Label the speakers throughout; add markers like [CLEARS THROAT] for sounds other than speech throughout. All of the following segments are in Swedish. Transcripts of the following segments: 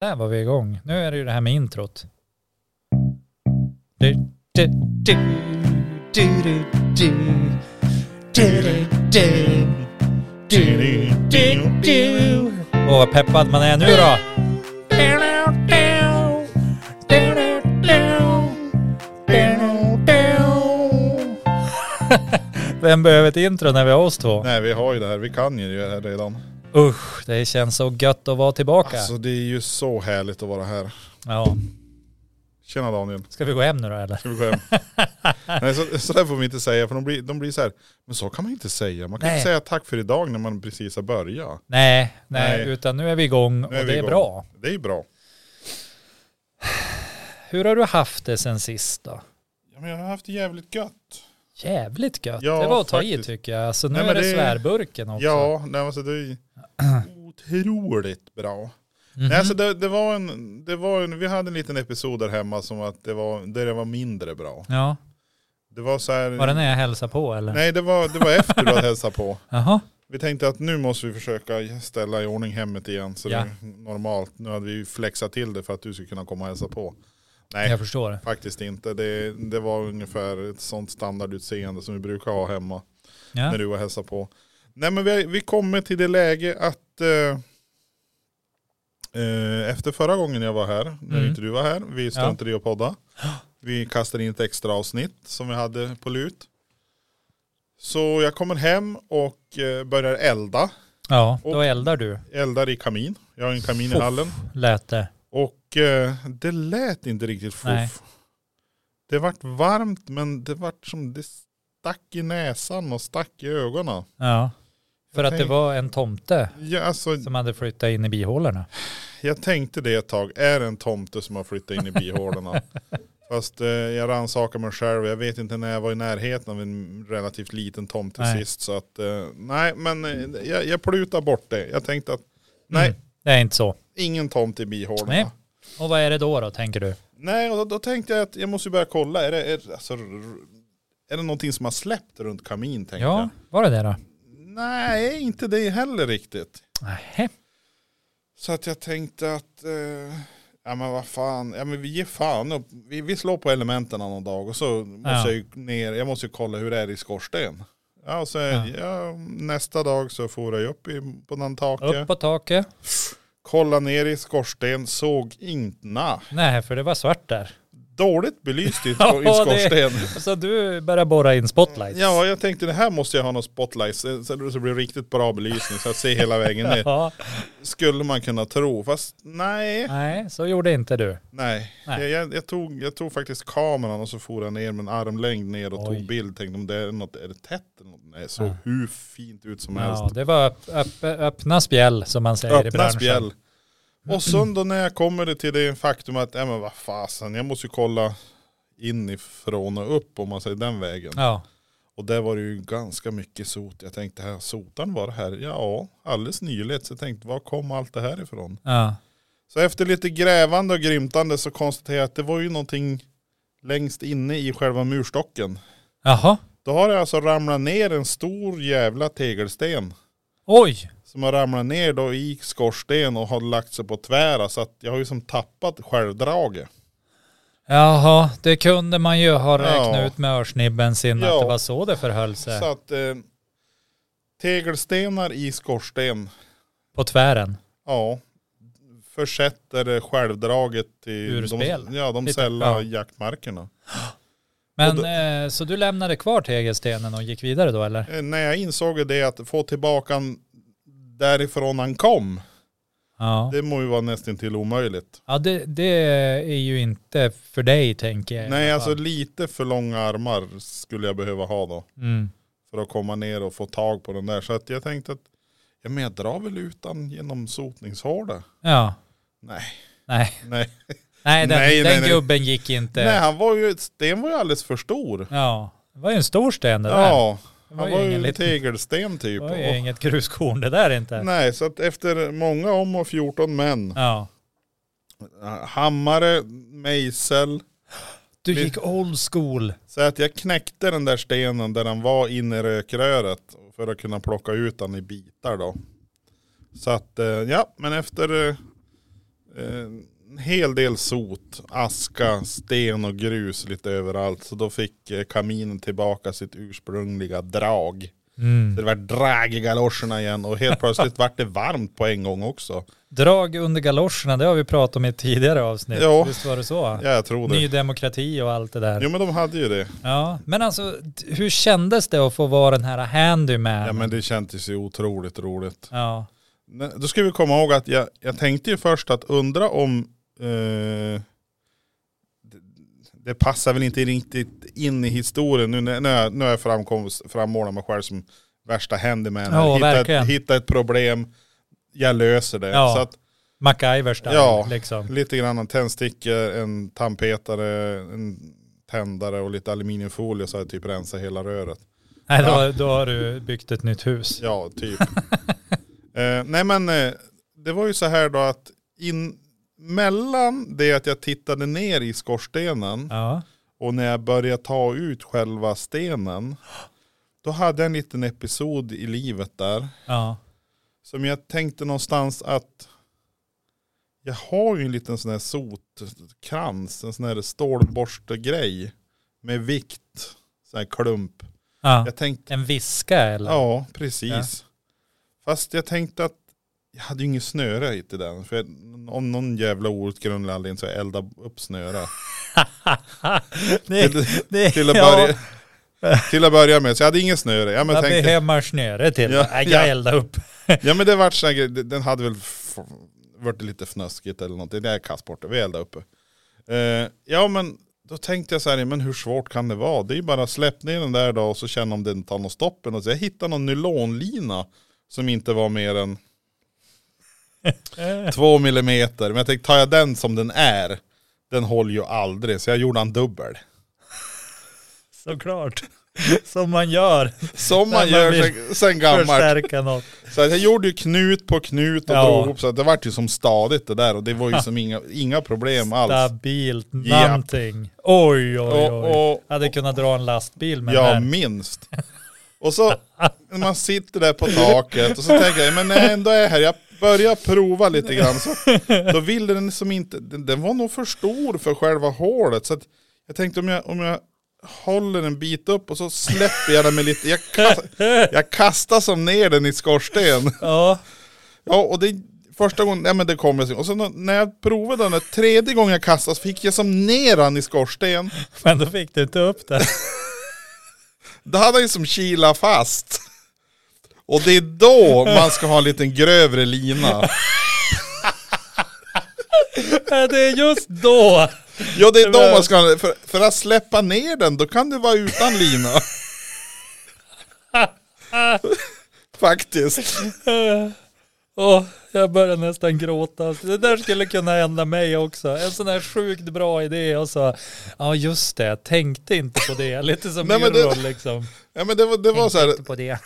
Speaker 1: Där var vi igång. Nu är det ju det här med introt. Åh, vad peppad man är nu då! [LAUGHS] Vem behöver ett intro när vi har oss två?
Speaker 2: Nej vi har ju det här, vi kan ju det här redan.
Speaker 1: Usch, det känns så gött att vara tillbaka.
Speaker 2: Alltså det är ju så härligt att vara här.
Speaker 1: Ja.
Speaker 2: Tjena Daniel,
Speaker 1: Ska vi gå hem nu då eller?
Speaker 2: ska vi gå hem?
Speaker 1: [LAUGHS]
Speaker 2: Nej så, så där får vi inte säga för de blir, de blir så här, men så kan man inte säga. Man kan
Speaker 1: Nej.
Speaker 2: inte säga tack för idag när man precis har börjat.
Speaker 1: Nej, nej,
Speaker 2: Nej.
Speaker 1: utan nu är vi igång och
Speaker 2: Nu är vi
Speaker 1: det är
Speaker 2: igång.
Speaker 1: bra.
Speaker 2: Det är ju bra.
Speaker 1: Hur har du haft det sen sist då?
Speaker 2: Ja, men jag har haft det jävligt gött.
Speaker 1: Jävligt gött.
Speaker 2: Ja,
Speaker 1: det var att ta i
Speaker 2: faktiskt.
Speaker 1: tycker jag. Alltså nu
Speaker 2: Nej,
Speaker 1: är
Speaker 2: men
Speaker 1: det
Speaker 2: det-
Speaker 1: svärburken också.
Speaker 2: Ja, nej, alltså det är
Speaker 1: [CLEARS THROAT]
Speaker 2: ju otroligt bra.
Speaker 1: Mhm.
Speaker 2: Nej, alltså det, det var en, det var en, vi hade en liten episod där hemma som att det var, där det var mindre bra.
Speaker 1: ja.
Speaker 2: Det var så här,
Speaker 1: Var det när jag hälsade på eller?
Speaker 2: nej det var, det var efter du hade hälsat på.
Speaker 1: Jaha.
Speaker 2: Vi tänkte att nu måste vi försöka ställa i ordning hemmet igen. Så
Speaker 1: Ja.
Speaker 2: det är normalt. Nu hade vi ju flexat till det för att du skulle kunna komma och hälsa på. Nej,
Speaker 1: Jag förstår.
Speaker 2: faktiskt inte. Det, det var ungefär ett sånt standardutseende som vi brukar ha hemma
Speaker 1: Ja.
Speaker 2: när du var och hälsade på. Nej men vi, vi kommer till det läge att eh, eh, efter förra gången jag var här, när
Speaker 1: Mm.
Speaker 2: inte du var här, vi
Speaker 1: Ja.
Speaker 2: struntade i att podda. Vi kastade in ett extra avsnitt som vi hade på lut. Så jag kommer hem och eh, börjar elda
Speaker 1: ja, då
Speaker 2: Och-
Speaker 1: eldar du.
Speaker 2: eldar i kamin. Jag har en kamin i
Speaker 1: Fuff.
Speaker 2: hallen.
Speaker 1: Lät det.
Speaker 2: Och eh, det lät inte riktigt fuff.
Speaker 1: Nej.
Speaker 2: Det vart varmt men det vart som det stack i näsan och stack i ögonen.
Speaker 1: Ja. För
Speaker 2: Jag
Speaker 1: att det
Speaker 2: tänk-
Speaker 1: var en tomte
Speaker 2: Ja, alltså,
Speaker 1: som hade flyttat in i bihålorna.
Speaker 2: jag tänkte det ett tag, är det en tomte som har flyttat in
Speaker 1: [LAUGHS]
Speaker 2: i bihålorna? Fast eh, jag rannsakar mig själv, jag vet inte när jag var i närheten av en relativt liten tomte
Speaker 1: Nej.
Speaker 2: sist. Så att, eh, nej men eh, jag, jag plutar bort det. Jag tänkte att nej,
Speaker 1: Mm. Det är inte så.
Speaker 2: ingen tomte i bihålorna.
Speaker 1: Nej. Och vad är det då då tänker du?
Speaker 2: Nej, och då, då tänkte jag att jag måste ju börja kolla. Är det, är, alltså, r- är det någonting som har släppt runt kamin? Tänkte
Speaker 1: Ja,
Speaker 2: jag.
Speaker 1: var det det då?
Speaker 2: Nej, inte det heller riktigt.
Speaker 1: Nähä.
Speaker 2: Så att jag tänkte att, eh, ja men vad fan, ja men vi ger fan upp. Vi, vi slår på elementen någon dag och så måste
Speaker 1: Ja.
Speaker 2: jag ju ner, jag måste ju kolla hur det är i skorsten. Ja, och så,
Speaker 1: Ja.
Speaker 2: ja. nästa dag så for jag upp i, på den
Speaker 1: Upp
Speaker 2: taket,
Speaker 1: på taket.
Speaker 2: kolla ner i skorsten, såg inte, na.
Speaker 1: Nej, för det var svart där.
Speaker 2: dåligt belyst i, i
Speaker 1: [LAUGHS] Ja, det-
Speaker 2: skorsten.
Speaker 1: Så du började borra in spotlights.
Speaker 2: Ja, jag tänkte det här måste jag ha någon spotlight så så det blir riktigt bra belysning så jag ser hela vägen ner.
Speaker 1: [LAUGHS] Ja.
Speaker 2: Skulle man kunna tro, fast nej.
Speaker 1: Nej, så gjorde inte du.
Speaker 2: Nej,
Speaker 1: Nej.
Speaker 2: Jag, jag, jag, tog, jag tog faktiskt kameran och så for jag ner med en armlängd ner och
Speaker 1: Oj.
Speaker 2: tog bild. Tänkte om det är något, är det tätt eller något? Nej, så
Speaker 1: Ja.
Speaker 2: hur fint ut som helst.
Speaker 1: Ja, det var öpp, öpp, öppna spjäll som man säger i
Speaker 2: Öppna
Speaker 1: branschen.
Speaker 2: spjäll.
Speaker 1: [CLEARS THROAT]
Speaker 2: Och sen då när jag kommer till det faktum att, ja men vad fasen, jag måste ju kolla inifrån och upp om man säger den vägen.
Speaker 1: Ja,
Speaker 2: Och där var det ju ganska mycket sot. Jag tänkte, här, sotan var det här? Ja, alldeles nyligt. Så jag tänkte, var kom allt det här ifrån?
Speaker 1: ja.
Speaker 2: Så efter lite grävande och grymtande så konstaterade jag att det var ju någonting längst inne i själva murstocken.
Speaker 1: Jaha,
Speaker 2: Då har det alltså ramlat ner en stor jävla tegelsten.
Speaker 1: oj.
Speaker 2: Som har ramlat ner då i skorsten och har lagt sig på tvära. Så att jag har ju som tappat självdraget.
Speaker 1: Jaha, det kunde man ju ha räknat
Speaker 2: Ja.
Speaker 1: ut med örsnibben sin att
Speaker 2: Ja.
Speaker 1: det var så det förhöll sig.
Speaker 2: Så att eh, tegelstenar i skorsten
Speaker 1: På tvären.
Speaker 2: Ja. Försätter självdraget till
Speaker 1: Ur spel.
Speaker 2: De, ja, de
Speaker 1: Lite,
Speaker 2: sällan
Speaker 1: ja.
Speaker 2: jaktmarkerna.
Speaker 1: Men
Speaker 2: Och då-
Speaker 1: eh, så du lämnade kvar tegelstenen och gick vidare då eller?
Speaker 2: Eh, När jag insåg det att få tillbaka han därifrån han kom,
Speaker 1: Ja,
Speaker 2: det må ju vara nästan till omöjligt.
Speaker 1: ja det, det är ju inte för dig tänker jag. Eh, i
Speaker 2: Nej,
Speaker 1: alla
Speaker 2: alltså
Speaker 1: fall.
Speaker 2: lite för långa armar skulle jag behöva ha då.
Speaker 1: Mm.
Speaker 2: För att komma ner och få tag på den där. Så att jag tänkte att, ja men jag drar väl ut den genom sotningshålet.
Speaker 1: Ja.
Speaker 2: Nej. [LAUGHS]
Speaker 1: Nej,
Speaker 2: Nej.
Speaker 1: nej den,
Speaker 2: Nej,
Speaker 1: den
Speaker 2: nej, nej.
Speaker 1: gubben gick inte.
Speaker 2: Nej, han var ju, den var ju alldeles för stor.
Speaker 1: Ja, det var ju en stor sten det där.
Speaker 2: Ja,
Speaker 1: Det
Speaker 2: han var ju
Speaker 1: ingen
Speaker 2: en
Speaker 1: liten-
Speaker 2: tegelsten typ.
Speaker 1: Det var
Speaker 2: Och-
Speaker 1: ju inget gruskorn det där inte.
Speaker 2: Nej, så att efter många om och 14 män,
Speaker 1: Ja.
Speaker 2: hammare, mejsel,
Speaker 1: Du
Speaker 2: Vi-
Speaker 1: gick old school.
Speaker 2: så att jag knäckte den där stenen där den var inne i rökröret för att kunna plocka ut den i bitar då. Så att, eh, ja, men efter eh, eh, en hel del sot, aska, sten och grus lite överallt. Så då fick eh, kaminen tillbaka sitt ursprungliga drag.
Speaker 1: Mm.
Speaker 2: Så det var drag i galoscherna igen och helt plötsligt vart det varmt på en gång också.
Speaker 1: Drag under galoscherna, det har vi pratat om i ett tidigare avsnitt.
Speaker 2: Ja.
Speaker 1: Visst var det så?
Speaker 2: Ja jag tror
Speaker 1: Ny
Speaker 2: det.
Speaker 1: demokrati och allt det där.
Speaker 2: Jo men de hade ju det.
Speaker 1: Ja, men alltså d- hur kändes det att få vara den här handyman?
Speaker 2: Ja men det kändes ju otroligt roligt.
Speaker 1: Ja.
Speaker 2: Nej, Då ska vi komma ihåg att jag, jag tänkte ju först att undra om eh, det, det passar väl inte riktigt in i historien. Nu, när- nu, har jag- nu har jag framkom, frammålat mig själv som värsta handyman.
Speaker 1: Ja,
Speaker 2: hitta,
Speaker 1: verkligen.
Speaker 2: ett, hitta ett problem, jag löser det.
Speaker 1: Ja.
Speaker 2: Så att,
Speaker 1: MacGyver style,
Speaker 2: Ja.
Speaker 1: liksom.
Speaker 2: lite grann en tändstickor, en tandpetare, en tändare och lite aluminiumfolie så har jag typ rensat hela röret.
Speaker 1: Nej, då,
Speaker 2: Ja.
Speaker 1: då har du byggt ett nytt hus.
Speaker 2: Ja, typ. [LAUGHS] eh, nej men eh, det var ju så här då att in, mellan det att jag tittade ner i skorstenen
Speaker 1: Ja.
Speaker 2: och när jag började ta ut själva stenen, då hade jag en liten episod i livet där
Speaker 1: Ja.
Speaker 2: som jag tänkte någonstans att jag har ju en liten sån här sotkrans, en sån här stålborstegrej med vikt, sån här klump.
Speaker 1: ja.
Speaker 2: Jag tänkte
Speaker 1: En viska eller?
Speaker 2: Ja, precis. Fast jag tänkte att jag hade ju inget snöre hit i den. För jag, om någon jävla outgrundlig anledning så har jag eldat upp [LAUGHS] snöre.
Speaker 1: Nej,
Speaker 2: till,
Speaker 1: nej,
Speaker 2: till, att
Speaker 1: ja.
Speaker 2: börja, till att börja med, så jag hade inget snöre. Ja men,
Speaker 1: Jag
Speaker 2: tänkte,
Speaker 1: behöver snöre till.
Speaker 2: Ja,
Speaker 1: Nej, jag
Speaker 2: ja.
Speaker 1: eldar upp. [LAUGHS]
Speaker 2: ja, men det vart sån här grej, den- den hade väl f- varit lite fnöskigt eller någonting. Det är kast bort det, vi eldade uppe. Eh, ja men då tänkte jag så här, men hur svårt kan det vara? Det är ju bara släpp ner den där då och så känn om den tar någon stoppen. Och så jag hittade någon nylonlina som inte var mer än Två millimeter, men jag tänkte tar jag den som den är, den håller ju aldrig. Så jag gjorde en dubbel.
Speaker 1: Såklart. Som man gör.
Speaker 2: Som man
Speaker 1: Nej,
Speaker 2: gör
Speaker 1: men vi-
Speaker 2: sen, sen gammalt.
Speaker 1: Förstärka något.
Speaker 2: Så att jag gjorde ju knut på knut och
Speaker 1: Ja.
Speaker 2: drog ihop så att det vart ju som stadigt det där och det var ju som inga, inga problem alls.
Speaker 1: Stabilt
Speaker 2: Japp.
Speaker 1: någonting. Oj, oj,
Speaker 2: Och,
Speaker 1: oj.
Speaker 2: och,
Speaker 1: Hade kunnat dra en lastbil med
Speaker 2: ja,
Speaker 1: den här.
Speaker 2: minst. Och så när man sitter där på taket och så tänker jag, men när jag ändå är här, jag börjar prova lite grann. Så, då ville den som inte, den, den var nog för stor för själva hålet. Så att jag tänkte om jag, om jag håller en bit upp och så släpper jag den med lite, jag, kast, jag kastar som ner den i skorsten.
Speaker 1: Ja,
Speaker 2: Ja, och det första gången, nej men det kom jag Och så när jag provade den, där tredje gången jag kastade så fick jag som ner den i skorsten.
Speaker 1: men då fick du inte upp den.
Speaker 2: Då hade han ju som kila fast. Och det är då man ska ha en liten grövre lina.
Speaker 1: Ja, Det är just då.
Speaker 2: Ja det är då man ska ha, för, för att släppa ner den då kan du vara utan lina. Faktiskt.
Speaker 1: Åh, jag börjar nästan gråta. Det där skulle kunna hända mig också. En sån här sjukt bra idé och så, ja just det, jag tänkte inte på det. Lite som
Speaker 2: Nej, men
Speaker 1: Errol
Speaker 2: det-
Speaker 1: liksom.
Speaker 2: Ja men det var, det var så här,
Speaker 1: Tänkte på det.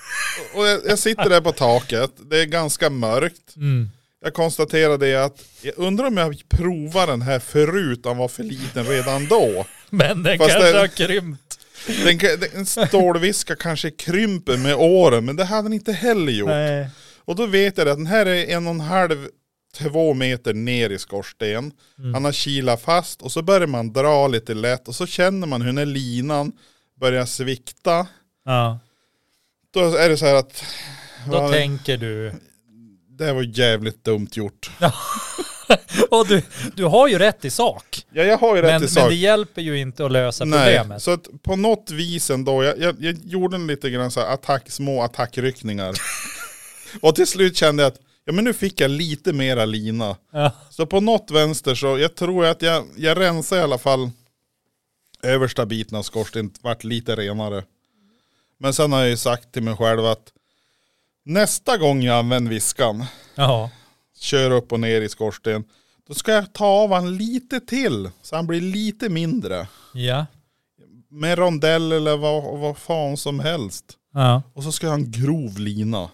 Speaker 2: och jag, jag sitter där på taket, det är ganska mörkt.
Speaker 1: Mm.
Speaker 2: Jag konstaterar det att, jag undrar om jag provar den här förut, den var för liten redan då.
Speaker 1: Men den
Speaker 2: Fast
Speaker 1: kanske
Speaker 2: det-
Speaker 1: har krympt.
Speaker 2: Den, kan- en stålviska kanske krymper med åren, men det hade den inte heller gjort.
Speaker 1: Nej.
Speaker 2: Och då vet jag att den här är en och en halv, två meter ner i skorsten.
Speaker 1: Mm.
Speaker 2: Han har kilat fast och så börjar man dra lite lätt och så känner man hur den här linan börjar svikta.
Speaker 1: Ja,
Speaker 2: Då är det så här att
Speaker 1: då
Speaker 2: Ja,
Speaker 1: tänker du.
Speaker 2: det här var jävligt dumt gjort.
Speaker 1: Och du, du har ju rätt i sak.
Speaker 2: Ja jag har ju rätt
Speaker 1: Men,
Speaker 2: i sak.
Speaker 1: men det hjälper ju inte att lösa
Speaker 2: Nej,
Speaker 1: problemet.
Speaker 2: så att på något vis ändå, jag, jag, jag gjorde en lite grann så här attack,
Speaker 1: [LAUGHS]
Speaker 2: små attackryckningar. och till slut kände jag att, ja men nu fick jag lite mera lina.
Speaker 1: Ja.
Speaker 2: Så på något vänster så, jag tror att jag, jag rensade i alla fall översta biten av skorstenen, vart lite renare. Men sen har jag ju sagt till mig själv att nästa gång jag använder viskan,
Speaker 1: Ja.
Speaker 2: kör upp och ner i skorsten, då ska jag ta av han lite till så han blir lite mindre.
Speaker 1: Ja.
Speaker 2: Med rondell eller vad, vad fan som helst.
Speaker 1: Ja.
Speaker 2: Och så ska jag ha en grov lina.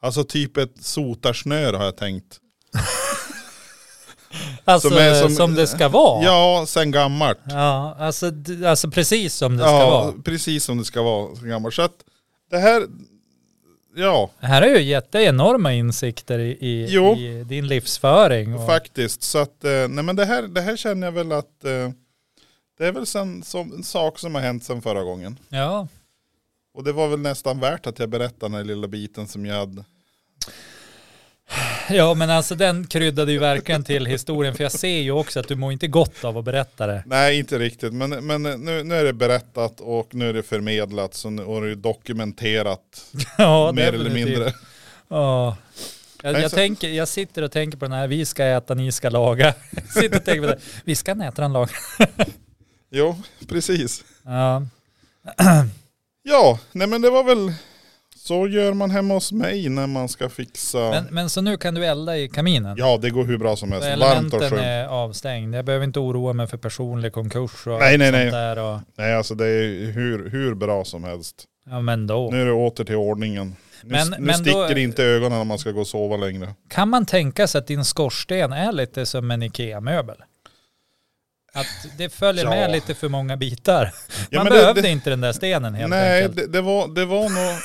Speaker 2: Alltså typ ett sotarsnöre har jag tänkt.
Speaker 1: Alltså som,
Speaker 2: Som är som-
Speaker 1: det ska vara.
Speaker 2: Ja, sen gammalt.
Speaker 1: Ja, alltså, d- alltså precis som det ska
Speaker 2: Ja,
Speaker 1: vara.
Speaker 2: precis som det ska vara sen gammalt. Så att det här ja,
Speaker 1: Det här har ju gett dig enorma insikter i, i,
Speaker 2: Jo.
Speaker 1: i din livsföring. Och,
Speaker 2: faktiskt. Så att, eh, nej men det här, det här känner jag väl att eh, det är väl sen, som, en sak som har hänt sen förra gången.
Speaker 1: ja.
Speaker 2: Och det var väl nästan värt att jag berättade den här lilla biten som jag hade.
Speaker 1: ja, men alltså den kryddade ju verkligen till historien. För jag ser ju också att du mår inte gott av att berätta
Speaker 2: [LAUGHS]
Speaker 1: det.
Speaker 2: Nej, inte riktigt. Men, men nu, nu är det berättat och nu är det förmedlat så nu, och det är dokumenterat
Speaker 1: Ja,
Speaker 2: mer eller
Speaker 1: definitivt.
Speaker 2: mindre.
Speaker 1: Ja. Jag,
Speaker 2: Nej,
Speaker 1: jag,
Speaker 2: så-
Speaker 1: tänker, jag sitter och tänker på den här, vi ska äta, ni ska laga. [LAUGHS] Jag sitter och tänker på det, vi ska äta, han laga.
Speaker 2: Jo, precis.
Speaker 1: Ja.
Speaker 2: Ja, nej men det var väl så gör man hemma hos mig när man ska fixa.
Speaker 1: Men, men så nu kan du elda i kaminen?
Speaker 2: Ja, det går hur bra som
Speaker 1: Så
Speaker 2: helst. Varmt och
Speaker 1: Elementen
Speaker 2: skönt.
Speaker 1: är avstängd. Jag behöver inte oroa mig för personlig konkurs och
Speaker 2: Nej,
Speaker 1: allt
Speaker 2: nej,
Speaker 1: sånt
Speaker 2: nej.
Speaker 1: där. Och,
Speaker 2: Nej, alltså det är hur, hur bra som helst.
Speaker 1: ja, men då.
Speaker 2: Nu är det åter till ordningen. Nu,
Speaker 1: Men-
Speaker 2: nu
Speaker 1: men då-
Speaker 2: sticker det inte i ögonen när man ska gå och sova längre.
Speaker 1: Kan man tänka sig att din skorsten är lite som en IKEA-möbel? Att det följer
Speaker 2: Ja.
Speaker 1: med lite för många bitar.
Speaker 2: Ja,
Speaker 1: Man
Speaker 2: men det-
Speaker 1: behövde
Speaker 2: det-
Speaker 1: inte den där stenen helt
Speaker 2: Nej,
Speaker 1: enkelt.
Speaker 2: det, det, var, det var
Speaker 1: [LAUGHS]
Speaker 2: nog...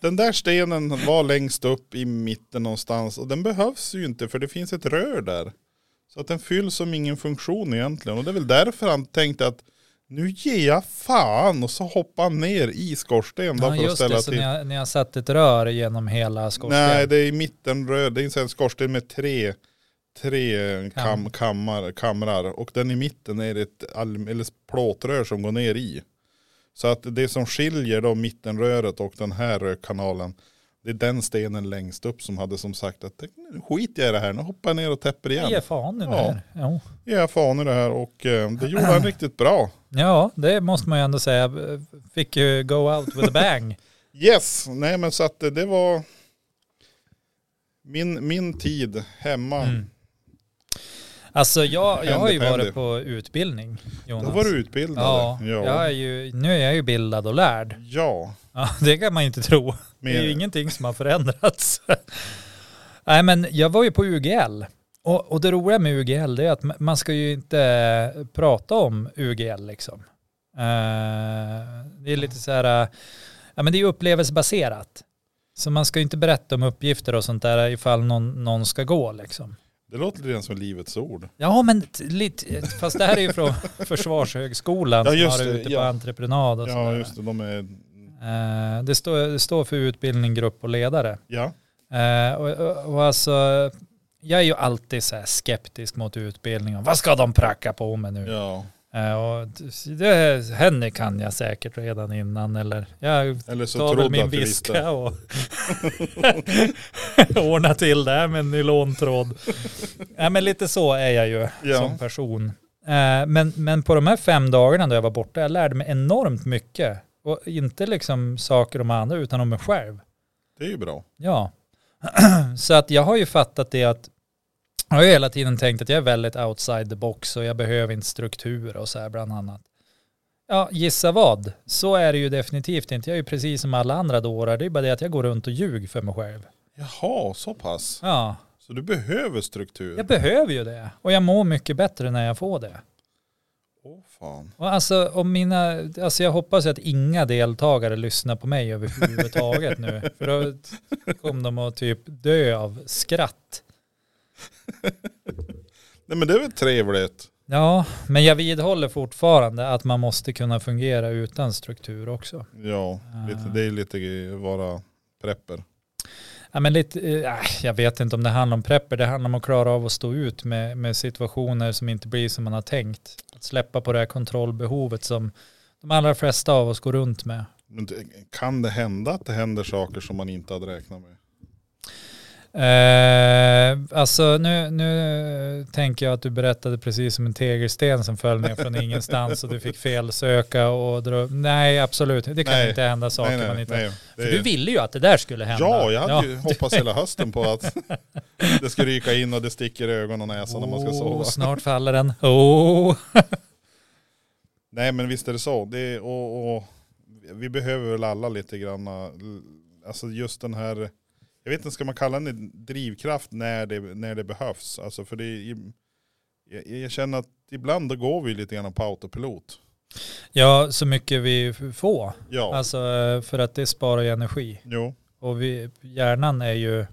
Speaker 2: Den där stenen var längst upp i mitten någonstans och den behövs ju inte för det finns ett rör där. Så att den fylls som ingen funktion egentligen och det är väl därför han tänkte att nu ger jag fan och så hoppar han ner i skorstenen
Speaker 1: Ja,
Speaker 2: bara för att
Speaker 1: just det,
Speaker 2: ställa
Speaker 1: så
Speaker 2: till.
Speaker 1: ni har, ni har satt ett rör genom hela skorstenen.
Speaker 2: Nej, det är i mitten röd. Det är en sån här skorsten med tre, tre kam,
Speaker 1: Kam.
Speaker 2: kammar, kamrar. Och den i mitten är det ett alm, eller plåtrör som går ner i. Så att det som skiljer då mittenröret och den här rökkanalen. Det är den stenen längst upp som hade som sagt att nu skiter jag i det här. Nu hoppar jag ner och täpper igen.
Speaker 1: Ge fan nu
Speaker 2: Ja.
Speaker 1: här. Ja.
Speaker 2: Ge jag fan i det här och eh, det
Speaker 1: [CLEARS THROAT]
Speaker 2: gjorde han riktigt bra.
Speaker 1: ja, det måste man ju ändå säga. Fick ju go out with a
Speaker 2: [LAUGHS]
Speaker 1: bang.
Speaker 2: Yes, nej men så att eh, det var min, min tid hemma.
Speaker 1: Mm. Alltså jag, jag har ju
Speaker 2: Handy-pandy.
Speaker 1: varit på utbildning, Jonas.
Speaker 2: Då var du utbildad.
Speaker 1: Ja, Jag är ju, nu är jag ju bildad och lärd.
Speaker 2: Ja,
Speaker 1: Ja, [LAUGHS] det kan man ju inte tro. Det är ju
Speaker 2: men
Speaker 1: ingenting som har förändrats. [LAUGHS] Nej, men jag var ju på UGL. Och, och det roliga med UGL det är att ma- man ska ju inte prata om UGL liksom. Eh, det är lite så här, eh, ja men det är ju upplevelsebaserat. Så man ska ju inte berätta om uppgifter och sånt där ifall någon, någon ska gå liksom.
Speaker 2: det låter lite grann som livets ord.
Speaker 1: Ja men t- lite, fast det här är ju från [LAUGHS] Försvarshögskolan
Speaker 2: Ja,
Speaker 1: som
Speaker 2: just
Speaker 1: har det
Speaker 2: det,
Speaker 1: ute
Speaker 2: ja.
Speaker 1: på entreprenad och
Speaker 2: Ja,
Speaker 1: sådär.
Speaker 2: just det. De är...
Speaker 1: Eh, det, står, det står för utbildning, grupp och ledare.
Speaker 2: Ja,
Speaker 1: Eh, och, och, och alltså, jag är ju alltid så här skeptisk mot utbildning. Och, Vad ska de pracka på med nu?
Speaker 2: ja.
Speaker 1: Eh, och, det, henne kan jag säkert redan innan. Eller jag
Speaker 2: Eller så
Speaker 1: tar väl
Speaker 2: trodde jag
Speaker 1: min
Speaker 2: att du visste.
Speaker 1: viska och [LAUGHS] ordnar till det här med en nylontråd. Nej, men lite så är jag ju
Speaker 2: Ja.
Speaker 1: som person. Eh, men, men på de här fem dagarna då jag var borta, jag lärde mig enormt mycket. Och inte liksom saker om andra, utan om mig själv.
Speaker 2: Det är ju bra.
Speaker 1: Ja, [CLEARS THROAT] så att jag har ju fattat det att jag har ju hela tiden tänkt att jag är väldigt outside the box och jag behöver inte struktur och så här bland annat. Ja, gissa vad? Så är det ju definitivt inte. Jag är ju precis som alla andra dårar. Det är bara det att jag går runt och ljuger för mig själv.
Speaker 2: Jaha, så pass.
Speaker 1: Ja,
Speaker 2: Så du behöver struktur?
Speaker 1: jag behöver ju det. Och jag mår mycket bättre när jag får det.
Speaker 2: Åh fan.
Speaker 1: Och alltså, om mina, alltså jag hoppas ju att inga deltagare lyssnar på mig överhuvudtaget nu. För då kommer de att typ dö av skratt.
Speaker 2: Nej men det är väl trevligt.
Speaker 1: Ja, men jag vidhåller fortfarande att man måste kunna fungera utan struktur också.
Speaker 2: Ja, lite, det är lite ge- vara prepper.
Speaker 1: Ja, men lite, eh, äh, jag vet inte om det handlar om prepper, det handlar om att klara av att stå ut med, med situationer som inte blir som man har tänkt. Att släppa på det här kontrollbehovet som de allra flesta av oss går runt med.
Speaker 2: Men det- kan det hända att det händer saker som man inte hade räknat med?
Speaker 1: Eh, alltså nu, nu tänker jag att du berättade precis som en tegelsten som föll ner från ingenstans och du
Speaker 2: [LAUGHS]
Speaker 1: fick felsöka och dra... Nej, absolut. Det kan
Speaker 2: Nej.
Speaker 1: inte hända saker man inte...
Speaker 2: nej. Det
Speaker 1: För
Speaker 2: är-
Speaker 1: du ville ju att det där skulle hända.
Speaker 2: Ja, jag hade ju hoppats hela hösten på [LAUGHS] att det ska ryka in och det sticker i ögon och näsan när man ska
Speaker 1: Åh,
Speaker 2: sova.
Speaker 1: snart faller den. Oh.
Speaker 2: Nej men visst är det så. Det är, och, och, vi behöver väl alla lite grann. eh, Alltså just den här, jag vet inte ska man kalla den drivkraft när det, när det behövs. Alltså för det är, jag, jag känner att ibland då går vi lite grann på autopilot.
Speaker 1: Ja, så mycket vi får.
Speaker 2: Ja,
Speaker 1: Alltså eh, för att det sparar ju energi.
Speaker 2: jo.
Speaker 1: Och vi, hjärnan är ju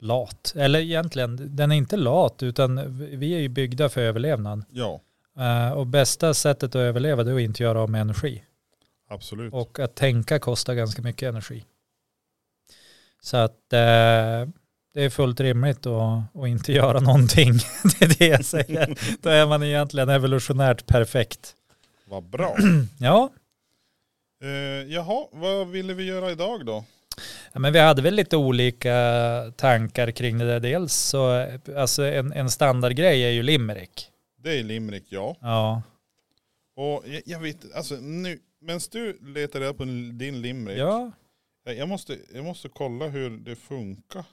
Speaker 1: lat. Eller egentligen, den är inte lat utan vi är ju byggda för överlevnad.
Speaker 2: Ja,
Speaker 1: Eh, och bästa sättet att överleva det är att inte göra av med energi.
Speaker 2: absolut.
Speaker 1: Och att tänka kostar ganska mycket energi. Så att eh, det är fullt rimligt att, att inte [LAUGHS] göra någonting. det är det jag säger. Då är man egentligen evolutionärt perfekt.
Speaker 2: Vad bra.
Speaker 1: Ja,
Speaker 2: [CLEARS THROAT] Eh, jaha, vad ville vi göra idag då?
Speaker 1: Ja, men vi hade väl lite olika tankar kring det där. Dels så, alltså en, en standardgrej är ju limerick.
Speaker 2: Det är Limrik, ja.
Speaker 1: Ja,
Speaker 2: Och jag, jag vet alltså nu, medan du letar reda på din Limrik.
Speaker 1: ja
Speaker 2: Jag- Jag måste, jag måste kolla hur det funkar.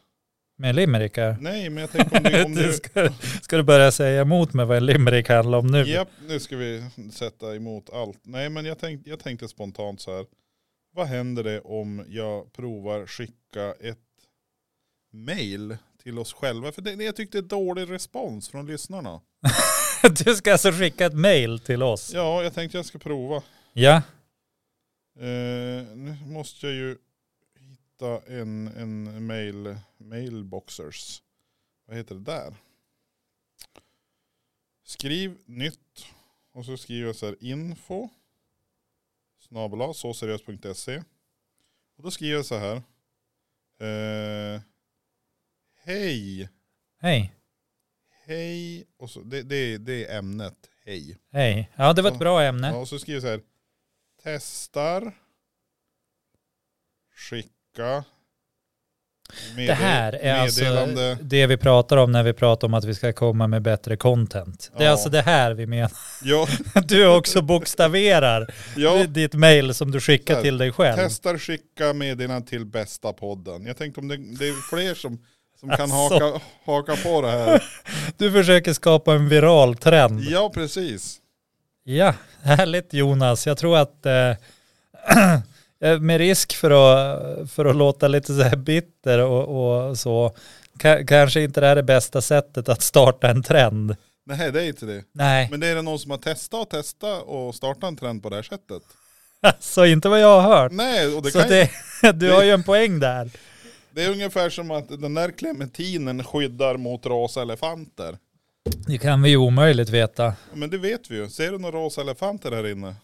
Speaker 1: med limerickar.
Speaker 2: Nej, men jag tänker
Speaker 1: [LAUGHS]
Speaker 2: om du... [LAUGHS] Om
Speaker 1: Du
Speaker 2: du
Speaker 1: ska, ska du börja säga emot mig vad en limerick handlar om nu?
Speaker 2: Japp, nu ska vi sätta emot allt. Nej, men jag tänkte, jag tänkte spontant så här. Vad händer det om jag provar skicka ett mail till oss själva? För det, det- jag tyckte det är dålig respons från lyssnarna.
Speaker 1: [LAUGHS] Du ska alltså skicka ett mail till oss?
Speaker 2: Ja, jag tänkte jag ska prova.
Speaker 1: Ja.
Speaker 2: Eh, nu måste jag ju hitta en, en mail, mailboxers. Vad heter det där? Skriv nytt och så skriver jag så här info snabel-a, såseriöst.se och då skriver jag så här eh, Hej,
Speaker 1: Hej.
Speaker 2: hej och så, det, det, det är ämnet, hej.
Speaker 1: Hej. Ja, det var ett bra
Speaker 2: Ja,
Speaker 1: ämne.
Speaker 2: och så skriver jag så här. Testar. Skicka.
Speaker 1: Det här är alltså
Speaker 2: meddelande.
Speaker 1: det vi pratar om när vi pratar om att vi ska komma med bättre content. Det är
Speaker 2: Ja.
Speaker 1: alltså det här vi menar. [LAUGHS]
Speaker 2: Ja,
Speaker 1: Du också bokstaverar [LAUGHS]
Speaker 2: ja,
Speaker 1: ditt mail som du skickar
Speaker 2: Där.
Speaker 1: till dig själv.
Speaker 2: testar skicka meddelande till bästa podden. Jag tänkte om det, det är fler som, som kan
Speaker 1: Alltså.
Speaker 2: haka, haka på det här.
Speaker 1: Du försöker skapa en viral trend. Ja,
Speaker 2: Ja, precis.
Speaker 1: härligt Jonas. Jag tror att [CLEARS THROAT] eh, med risk för att, för att låta lite så här bitter och, och så, ka- kanske inte det här är bästa sättet att starta en trend.
Speaker 2: Nej, det är inte det.
Speaker 1: Nej,
Speaker 2: Men det är det någon som har testat och testat och startat en trend på det här sättet.
Speaker 1: [LAUGHS] alltså inte vad jag har hört.
Speaker 2: Nej, och det,
Speaker 1: så
Speaker 2: kan,
Speaker 1: det, [LAUGHS] du har ju en poäng där.
Speaker 2: det är ungefär som att den där clementinen skyddar mot rosa elefanter.
Speaker 1: Det kan vi ju omöjligt veta.
Speaker 2: Men det vet vi ju. Ser du några rosa elefanter här inne?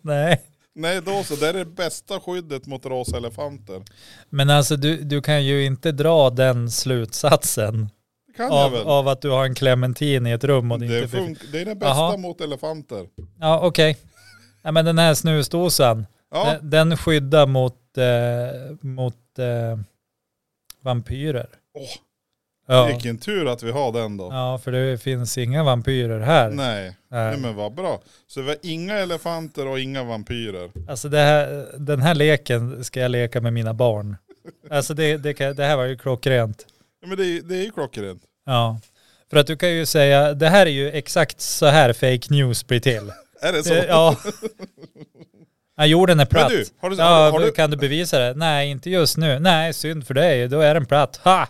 Speaker 1: Nej.
Speaker 2: Nej, då så. Det är det bästa skyddet mot raselefanter.
Speaker 1: Men alltså du, du kan ju inte dra den slutsatsen
Speaker 2: Det kan jag
Speaker 1: av,
Speaker 2: väl.
Speaker 1: av att du har en clementin i ett rum och det,
Speaker 2: det,
Speaker 1: inte får...
Speaker 2: fun- det är det bästa
Speaker 1: Jaha.
Speaker 2: mot elefanter.
Speaker 1: Ja okej. Ja, men den här snusdosan,
Speaker 2: Ja,
Speaker 1: den, den skyddar mot, eh, mot eh, vampyrer.
Speaker 2: Åh,
Speaker 1: ja.
Speaker 2: vilken tur att vi har den då.
Speaker 1: ja, för det finns inga vampyrer här. Eh,
Speaker 2: Nej.
Speaker 1: Nej.
Speaker 2: Nej, men vad bra. Så vi har inga elefanter och inga vampyrer.
Speaker 1: Alltså det här, den här leken ska jag leka med mina barn. Alltså det, det, kan, det här var ju klockrent.
Speaker 2: Ja, men det är, det är ju klockrent.
Speaker 1: Ja. För att du kan ju säga, det här är ju exakt så här fake news blir till.
Speaker 2: Är det [LAUGHS] så?
Speaker 1: Det, ja. ja. Jorden är platt.
Speaker 2: du, har du-
Speaker 1: ja,
Speaker 2: har du-
Speaker 1: Kan du bevisa det? Nej, inte just nu. Nej, synd för dig. Då är den platt. Ha!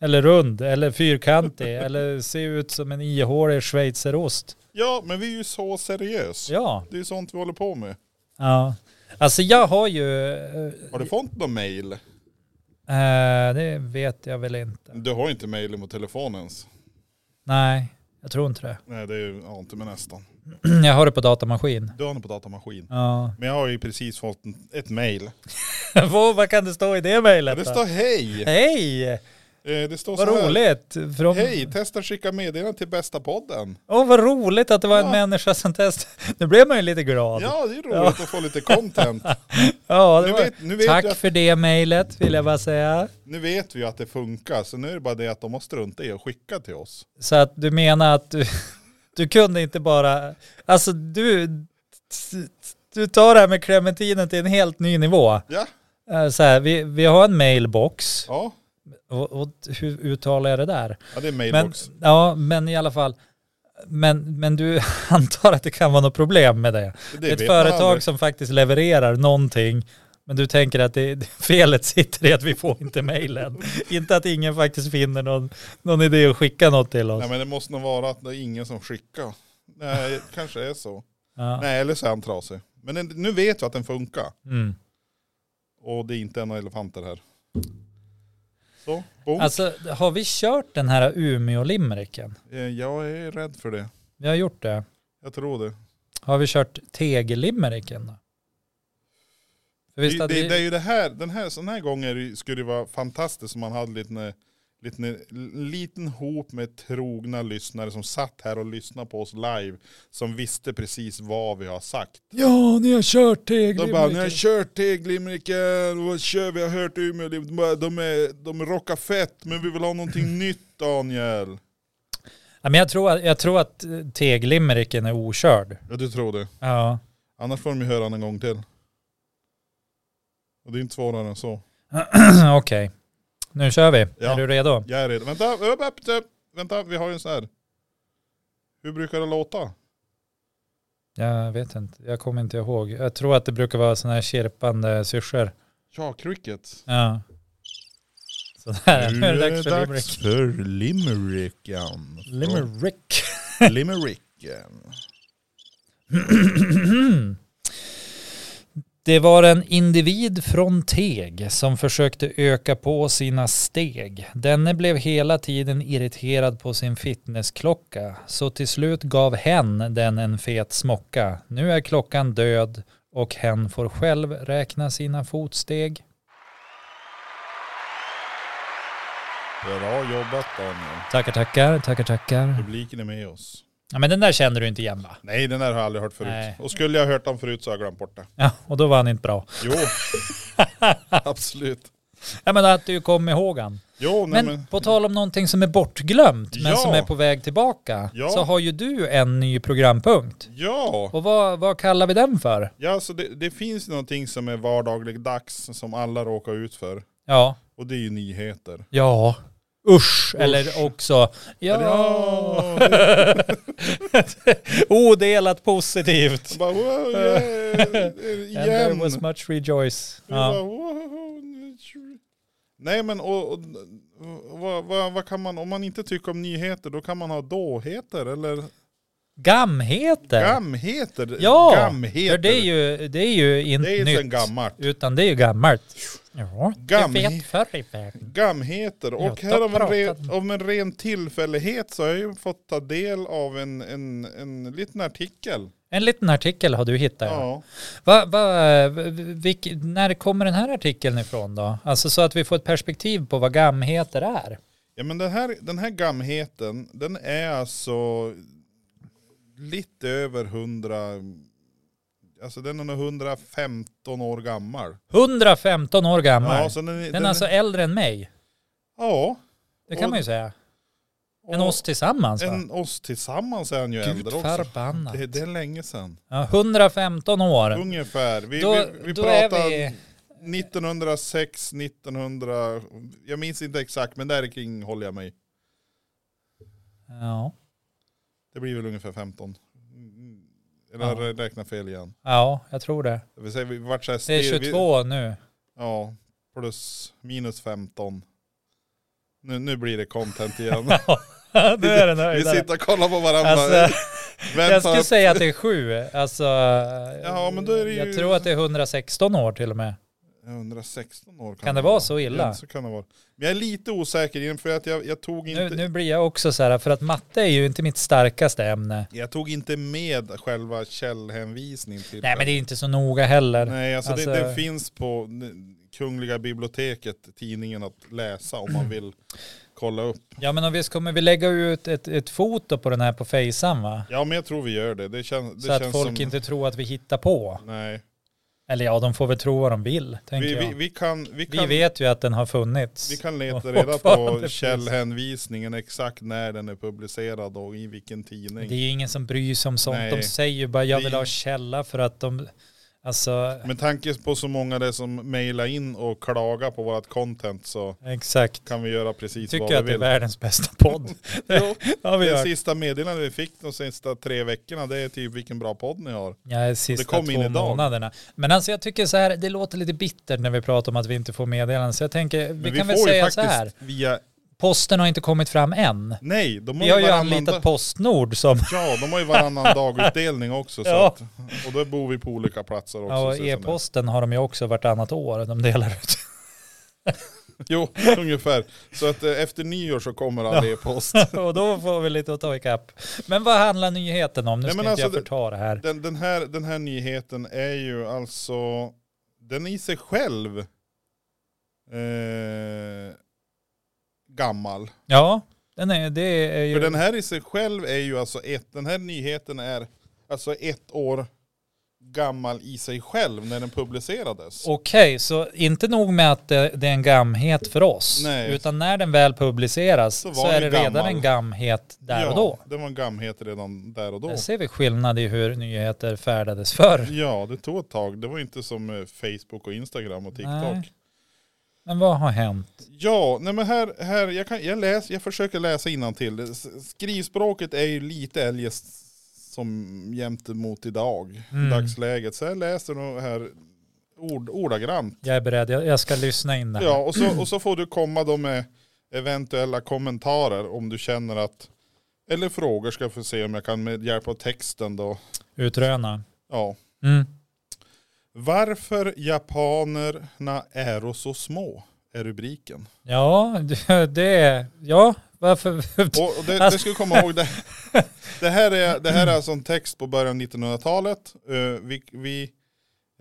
Speaker 1: Eller rund, eller
Speaker 2: [LAUGHS]
Speaker 1: fyrkantig, eller ser ut som en ihålig schweizerost.
Speaker 2: Ja, men vi är ju så seriösa.
Speaker 1: Ja.
Speaker 2: Det är ju sånt vi håller på med.
Speaker 1: ja. Alltså jag har ju... eh,
Speaker 2: Har du fått någon mail?
Speaker 1: Eh, det vet jag väl inte.
Speaker 2: Du har ju inte mail mot telefonens.
Speaker 1: Nej, jag tror inte det. [CLEARS THROAT]
Speaker 2: Nej, det är ju ja, inte men nästan.
Speaker 1: Jag har det på datamaskin.
Speaker 2: Du har den på datamaskin.
Speaker 1: Ja. [LAUGHS]
Speaker 2: Men jag har ju precis fått en- ett mail.
Speaker 1: Vad vad kan det stå i det mejlet
Speaker 2: Det
Speaker 1: då?
Speaker 2: står hej!
Speaker 1: Hej!
Speaker 2: Eh, Det står
Speaker 1: Vad
Speaker 2: så här.
Speaker 1: roligt! Från...
Speaker 2: Hej, testa skicka meddelande till bästa podden.
Speaker 1: Åh vad roligt att det var en
Speaker 2: Ja.
Speaker 1: människa som testade. Nu blev man ju lite glad.
Speaker 2: Ja, det är roligt att få lite content.
Speaker 1: [LAUGHS] Ja, det
Speaker 2: Nu
Speaker 1: var...
Speaker 2: vet, nu, vet
Speaker 1: Tack
Speaker 2: vi att,
Speaker 1: för det mejlet vill jag bara säga.
Speaker 2: nu vet vi ju att det funkar, så nu är det bara det att de har struntat i att skicka till oss.
Speaker 1: Så att du menar att du, du kunde inte bara... Alltså du... Du tar det här med clementinen till en helt ny nivå.
Speaker 2: Ja,
Speaker 1: Eh, Så här, vi, vi har en mailbox.
Speaker 2: ja,
Speaker 1: Och, och hur uttalar jag det där?
Speaker 2: ja det är
Speaker 1: Men,
Speaker 2: mailbox.
Speaker 1: ja, men i alla fall. Men, men du [LAUGHS] antar att det kan vara något problem med det.
Speaker 2: det
Speaker 1: Ett
Speaker 2: vet man
Speaker 1: företag
Speaker 2: aldrig.
Speaker 1: som faktiskt levererar någonting, men du tänker att det, [LAUGHS] felet sitter i att vi får inte
Speaker 2: [LAUGHS]
Speaker 1: mejlen. inte att ingen faktiskt finner någon, någon idé att skicka något till oss.
Speaker 2: Nej, men det måste nog vara att det är ingen som skickar.
Speaker 1: [LAUGHS]
Speaker 2: Nej, det kanske är så.
Speaker 1: Ja.
Speaker 2: Nej, eller så är han trasig. Men den, nu vet vi att den funkar.
Speaker 1: Mm.
Speaker 2: Och det är inte några elefanter här. Så, boom.
Speaker 1: Alltså har vi kört den här Umeå-limericken?
Speaker 2: Eh, Jag är rädd för det.
Speaker 1: Vi har gjort det.
Speaker 2: Jag tror det.
Speaker 1: Har vi kört Tegel-limericken då? För visst
Speaker 2: Det,
Speaker 1: hade
Speaker 2: det,
Speaker 1: vi-
Speaker 2: det är ju det här, den här, sån här gånger skulle det vara fantastiskt om man hade lite, lite, liten hop med trogna lyssnare som satt här och lyssnade på oss live. Som visste precis vad vi har sagt.
Speaker 1: Ja, ni har kört
Speaker 2: De bara,
Speaker 1: Tegel-limericken.
Speaker 2: ni har kört till Glimriken, vad kör vi? Jag har hört Umeå, de, bara, de, är, de rockar fett, men vi vill ha någonting nytt Daniel.
Speaker 1: Ja, men jag, tror, att- jag tror att eh, Tegel-limericken är okörd.
Speaker 2: Ja du tror det.
Speaker 1: Ja.
Speaker 2: Annars får de ju höra den en gång till. Och det är inte svårare än så.
Speaker 1: [CLEARS THROAT] Okej, nu kör vi.
Speaker 2: Ja.
Speaker 1: Är du redo?
Speaker 2: Jag är redo. Vänta, upp, upp, upp. vänta, vi har ju en sån här. Hur brukar det låta?
Speaker 1: Jag vet inte, jag kommer inte ihåg. Jag tror att det brukar vara sådana här kirpande syrsor.
Speaker 2: Ja, cricket.
Speaker 1: Ja. Sådär, nu är det dags för limerick.
Speaker 2: för limericken.
Speaker 1: Limerick.
Speaker 2: Limericken.
Speaker 1: [CLEARS THROAT] Det var en individ från Teg som försökte öka på sina steg. Denne blev hela tiden irriterad på sin fitnessklocka, så till slut gav hen den en fet smocka. Nu är klockan död och hen får själv räkna sina fotsteg.
Speaker 2: Bra jobbat Daniel.
Speaker 1: Tackar, tackar, tackar, tackar.
Speaker 2: Publiken är med oss.
Speaker 1: Ja, men den där känner du inte igen va?
Speaker 2: Nej, den där har jag aldrig hört förut.
Speaker 1: Nej.
Speaker 2: Och skulle jag ha hört den förut så har jag glömt bort det.
Speaker 1: Ja, och då var han inte bra. [LAUGHS]
Speaker 2: Jo, absolut.
Speaker 1: Ja, men att du kom ihåg han.
Speaker 2: Jo, nej
Speaker 1: Men,
Speaker 2: men.
Speaker 1: på tal om någonting som är bortglömt men
Speaker 2: Ja.
Speaker 1: som är på väg tillbaka
Speaker 2: Ja.
Speaker 1: så har ju du en ny programpunkt.
Speaker 2: Ja,
Speaker 1: Och vad, vad kallar vi den för?
Speaker 2: ja så det, det finns någonting som är vardagligdags som alla råkar ut för.
Speaker 1: Ja,
Speaker 2: Och det är ju nyheter.
Speaker 1: ja, usch, eller också ja,
Speaker 2: det-
Speaker 1: [LAUGHS] odelat positivt. [LAUGHS]
Speaker 2: Bara, wow, yeah, eh,
Speaker 1: And there
Speaker 2: igen.
Speaker 1: was much rejoice.
Speaker 2: Det var
Speaker 1: Ja.
Speaker 2: wow. Nej men och, och, vad, vad, vad kan man, om man inte tycker om nyheter då kan man ha dåheter eller
Speaker 1: Gamheter.
Speaker 2: gamheter.
Speaker 1: Ja,
Speaker 2: gamheter.
Speaker 1: För det är ju, det är ju inte
Speaker 2: det är ju sen
Speaker 1: nytt.
Speaker 2: gammalt.
Speaker 1: Utan det är ju gammalt. Ja, det
Speaker 2: Gam-
Speaker 1: vet förr i världen.
Speaker 2: Gamheter. Och
Speaker 1: Ja,
Speaker 2: här
Speaker 1: då
Speaker 2: av en, ren,
Speaker 1: pratar-
Speaker 2: av en ren tillfällighet så har jag ju fått ta del av en, en, en liten artikel.
Speaker 1: En liten artikel har du hittat. ja.
Speaker 2: Ja.
Speaker 1: Va, va, vilk, när kommer den här artikeln ifrån då? Alltså så att vi får ett perspektiv på vad gamheter är.
Speaker 2: ja men den här, den här gamheten den är alltså lite över 100, alltså den är nog 115 år gammal.
Speaker 1: 115 år gammal.
Speaker 2: Ja, så den,
Speaker 1: den är alltså äldre än mig.
Speaker 2: ja,
Speaker 1: Det kan
Speaker 2: Och-
Speaker 1: man ju säga.
Speaker 2: och
Speaker 1: Än oss tillsammans va?
Speaker 2: en oss tillsammans är han ju
Speaker 1: Gud
Speaker 2: äldre också.
Speaker 1: förbannat.
Speaker 2: Det, det är länge sedan.
Speaker 1: Ja, 115 år.
Speaker 2: Ungefär. Vi,
Speaker 1: Då,
Speaker 2: vi, vi
Speaker 1: då är
Speaker 2: pratar
Speaker 1: vi...
Speaker 2: 1906, 1900, jag minns inte exakt men där kring håller jag mig.
Speaker 1: Ja,
Speaker 2: Det blir väl ungefär 15. Mm, Eller
Speaker 1: Ja.
Speaker 2: har jag räknat fel igen.
Speaker 1: ja, jag tror det.
Speaker 2: Det vill säga vi vart så här
Speaker 1: Det är
Speaker 2: stel- vi-
Speaker 1: 22 nu. [LAUGHS]
Speaker 2: Ja, plus minus 15. Nu, nu blir det
Speaker 1: [LAUGHS]
Speaker 2: content igen.
Speaker 1: nu är den
Speaker 2: vi
Speaker 1: höjdare.
Speaker 2: sitter och kollar på varandra.
Speaker 1: Alltså,
Speaker 2: Vem
Speaker 1: jag
Speaker 2: tar
Speaker 1: skulle
Speaker 2: upp-
Speaker 1: säga att det är 7. Alltså,
Speaker 2: Ja, men då är det ju-
Speaker 1: Jag tror att det är 116 år till och med.
Speaker 2: 116 år kan,
Speaker 1: Kan det vara så illa?
Speaker 2: Ja, så kan det vara. Men jag är lite osäker igen för att jag, jag tog inte...
Speaker 1: Nu, nu blir jag också så här, för att matte är ju inte mitt starkaste ämne.
Speaker 2: Jag tog inte med själva källhänvisningen till
Speaker 1: Nej men det är inte så noga heller.
Speaker 2: Nej, alltså,
Speaker 1: Alltså-
Speaker 2: Det, det finns på n- Kungliga biblioteket, tidningen att läsa om man vill kolla upp.
Speaker 1: Ja men och visst kommer vi lägga ut ett, ett foto på den här på Facean va?
Speaker 2: Ja, men jag tror vi gör det. Det, kän, det
Speaker 1: så att
Speaker 2: känns
Speaker 1: folk
Speaker 2: som...
Speaker 1: inte tror att vi hittar på.
Speaker 2: Nej.
Speaker 1: Eller ja, de får väl tro vad de vill, tänker
Speaker 2: Vi, vi,
Speaker 1: jag.
Speaker 2: vi, kan, vi,
Speaker 1: Vi
Speaker 2: kan, vi,
Speaker 1: vet ju att den har funnits.
Speaker 2: kan
Speaker 1: Och
Speaker 2: leta reda
Speaker 1: fortfarande
Speaker 2: på
Speaker 1: finns.
Speaker 2: källhänvisningen exakt när den är publicerad och i vilken tidning.
Speaker 1: Det är ju ingen som bryr sig om sånt.
Speaker 2: Nej.
Speaker 1: De säger ju bara jag
Speaker 2: Det-
Speaker 1: vill ha källa för att de, alltså
Speaker 2: Med tanke på så många det som mejlar in och klagar på vårt content så
Speaker 1: exakt.
Speaker 2: kan vi göra precis
Speaker 1: Tycker
Speaker 2: vad
Speaker 1: jag
Speaker 2: vi
Speaker 1: att det är
Speaker 2: vill.
Speaker 1: världens bästa
Speaker 2: [LAUGHS]
Speaker 1: podd.
Speaker 2: Jo,
Speaker 1: [LAUGHS] Ja, vi
Speaker 2: det
Speaker 1: gör.
Speaker 2: sista meddelandet vi fick de sista tre veckorna det är typ vilken bra podd ni har.
Speaker 1: Ja, sista
Speaker 2: kom
Speaker 1: två
Speaker 2: in idag.
Speaker 1: månaderna. Men alltså jag tycker så här, det låter lite bittert när vi pratar om att vi inte får meddelanden. Så jag tänker, vi,
Speaker 2: Men
Speaker 1: kan väl
Speaker 2: får ju
Speaker 1: säga så
Speaker 2: faktiskt
Speaker 1: här.
Speaker 2: via
Speaker 1: posten har inte kommit fram än.
Speaker 2: Nej, de har,
Speaker 1: Vi har ju
Speaker 2: varannan
Speaker 1: anlitat
Speaker 2: dag-
Speaker 1: Postnord
Speaker 2: [LAUGHS]
Speaker 1: som
Speaker 2: Ja, de har ju
Speaker 1: [LAUGHS]
Speaker 2: varannan dagutdelning också. Så
Speaker 1: Ja.
Speaker 2: att, och då bor vi på olika platser också.
Speaker 1: ja, och
Speaker 2: ser det som det.
Speaker 1: e-posten har de ju också vartannat år de delar ut. [LAUGHS]
Speaker 2: Jo, [LAUGHS] ungefär. Så att eh, efter nyår så kommer all
Speaker 1: [LAUGHS]
Speaker 2: e-post.
Speaker 1: och då får vi lite att ta ikapp. Men vad handlar nyheten om? Nu
Speaker 2: Nej,
Speaker 1: ska
Speaker 2: men
Speaker 1: inte
Speaker 2: alltså
Speaker 1: jag
Speaker 2: det-
Speaker 1: förta det här.
Speaker 2: Den, den, här, den här nyheten är ju alltså, den är i sig själv eh, gammal.
Speaker 1: Ja, den är, det är ju...
Speaker 2: För den här i sig själv är ju alltså ett, den här nyheten är alltså ett år gammal i sig själv när den publicerades.
Speaker 1: Okej, så inte nog med att det, det är en gamhet för oss,
Speaker 2: Nej.
Speaker 1: utan när den väl publiceras
Speaker 2: Så
Speaker 1: så,
Speaker 2: var
Speaker 1: är det
Speaker 2: den
Speaker 1: redan
Speaker 2: gammal.
Speaker 1: en gamhet där
Speaker 2: ja,
Speaker 1: och då.
Speaker 2: Det var en gamhet redan där och då.
Speaker 1: Där ser vi skillnad i hur nyheter färdades förr.
Speaker 2: Ja, det tog ett tag. Det var inte som eh, Facebook och Instagram och TikTok.
Speaker 1: Nej. Men vad har hänt?
Speaker 2: Ja, nej men här, här jag, kan, jag, läs, jag försöker läsa innantill. S- Skrivspråket är ju lite eljest som jämt mot idag,
Speaker 1: Mm.
Speaker 2: dagsläget. Så jag läser nog här ord, ordagrant.
Speaker 1: Jag är beredd, jag, jag ska lyssna in det här.
Speaker 2: Ja, och så, och så får du komma då med eventuella kommentarer om du känner att, eller frågor ska jag få se om jag kan med hjälp av texten då.
Speaker 1: Utröna.
Speaker 2: Ja.
Speaker 1: Mm.
Speaker 2: Varför japanerna är så små är rubriken.
Speaker 1: Ja, [LAUGHS] det är... Ja, varför?
Speaker 2: Och och det, det ska vi komma
Speaker 1: [LAUGHS]
Speaker 2: ihåg, det, det, här är, det här är alltså en text på början av 1900-talet. Eh, vi, vi,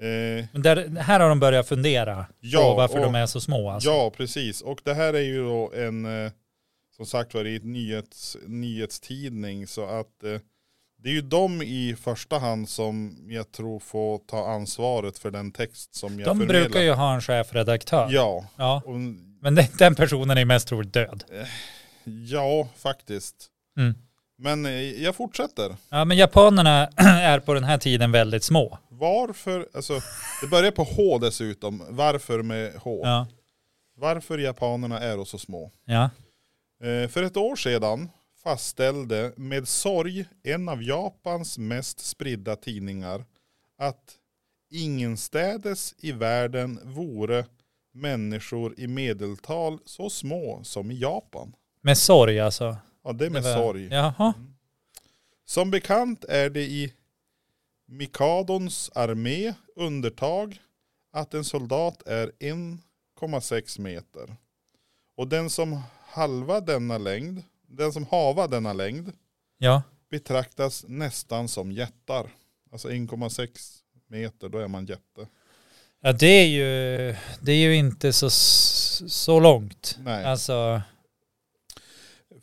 Speaker 2: eh,
Speaker 1: Men där, här har de börjat fundera
Speaker 2: Ja,
Speaker 1: på varför
Speaker 2: och-
Speaker 1: de är så små. Alltså.
Speaker 2: Ja, precis. Och det här är ju då en, eh, som sagt var, i ett nyhets, nyhetstidning. Så att eh, det är ju de i första hand som jag tror får ta ansvaret för den text som jag
Speaker 1: de
Speaker 2: förmedlar.
Speaker 1: brukar ju ha en chefredaktör.
Speaker 2: Ja,
Speaker 1: Ja,
Speaker 2: och,
Speaker 1: men den- den personen är mest troligt död.
Speaker 2: ja faktiskt.
Speaker 1: Mm.
Speaker 2: Men eh, jag fortsätter.
Speaker 1: Ja, men japanerna [CLEARS THROAT] är på den här tiden väldigt små.
Speaker 2: Varför, alltså det börjar på H dessutom, varför med H?
Speaker 1: Ja.
Speaker 2: Varför japanerna är så små?
Speaker 1: Ja.
Speaker 2: Eh, för ett år sedan fastställde med sorg en av Japans mest spridda tidningar att ingenstädes i världen vore människor i medeltal så små som i Japan.
Speaker 1: Med sorg alltså.
Speaker 2: Ja, det är med
Speaker 1: Det var-
Speaker 2: sorg. Mm.
Speaker 1: Jaha.
Speaker 2: Som bekant är det i Mikadons armé undertag att en soldat är 1,6 meter. Och den som halva denna längd, den som hava denna längd
Speaker 1: Ja.
Speaker 2: betraktas nästan som jättar. Alltså 1,6 meter, då är man jätte.
Speaker 1: ja, det är ju, det är ju inte så, s- så långt.
Speaker 2: Nej.
Speaker 1: Alltså,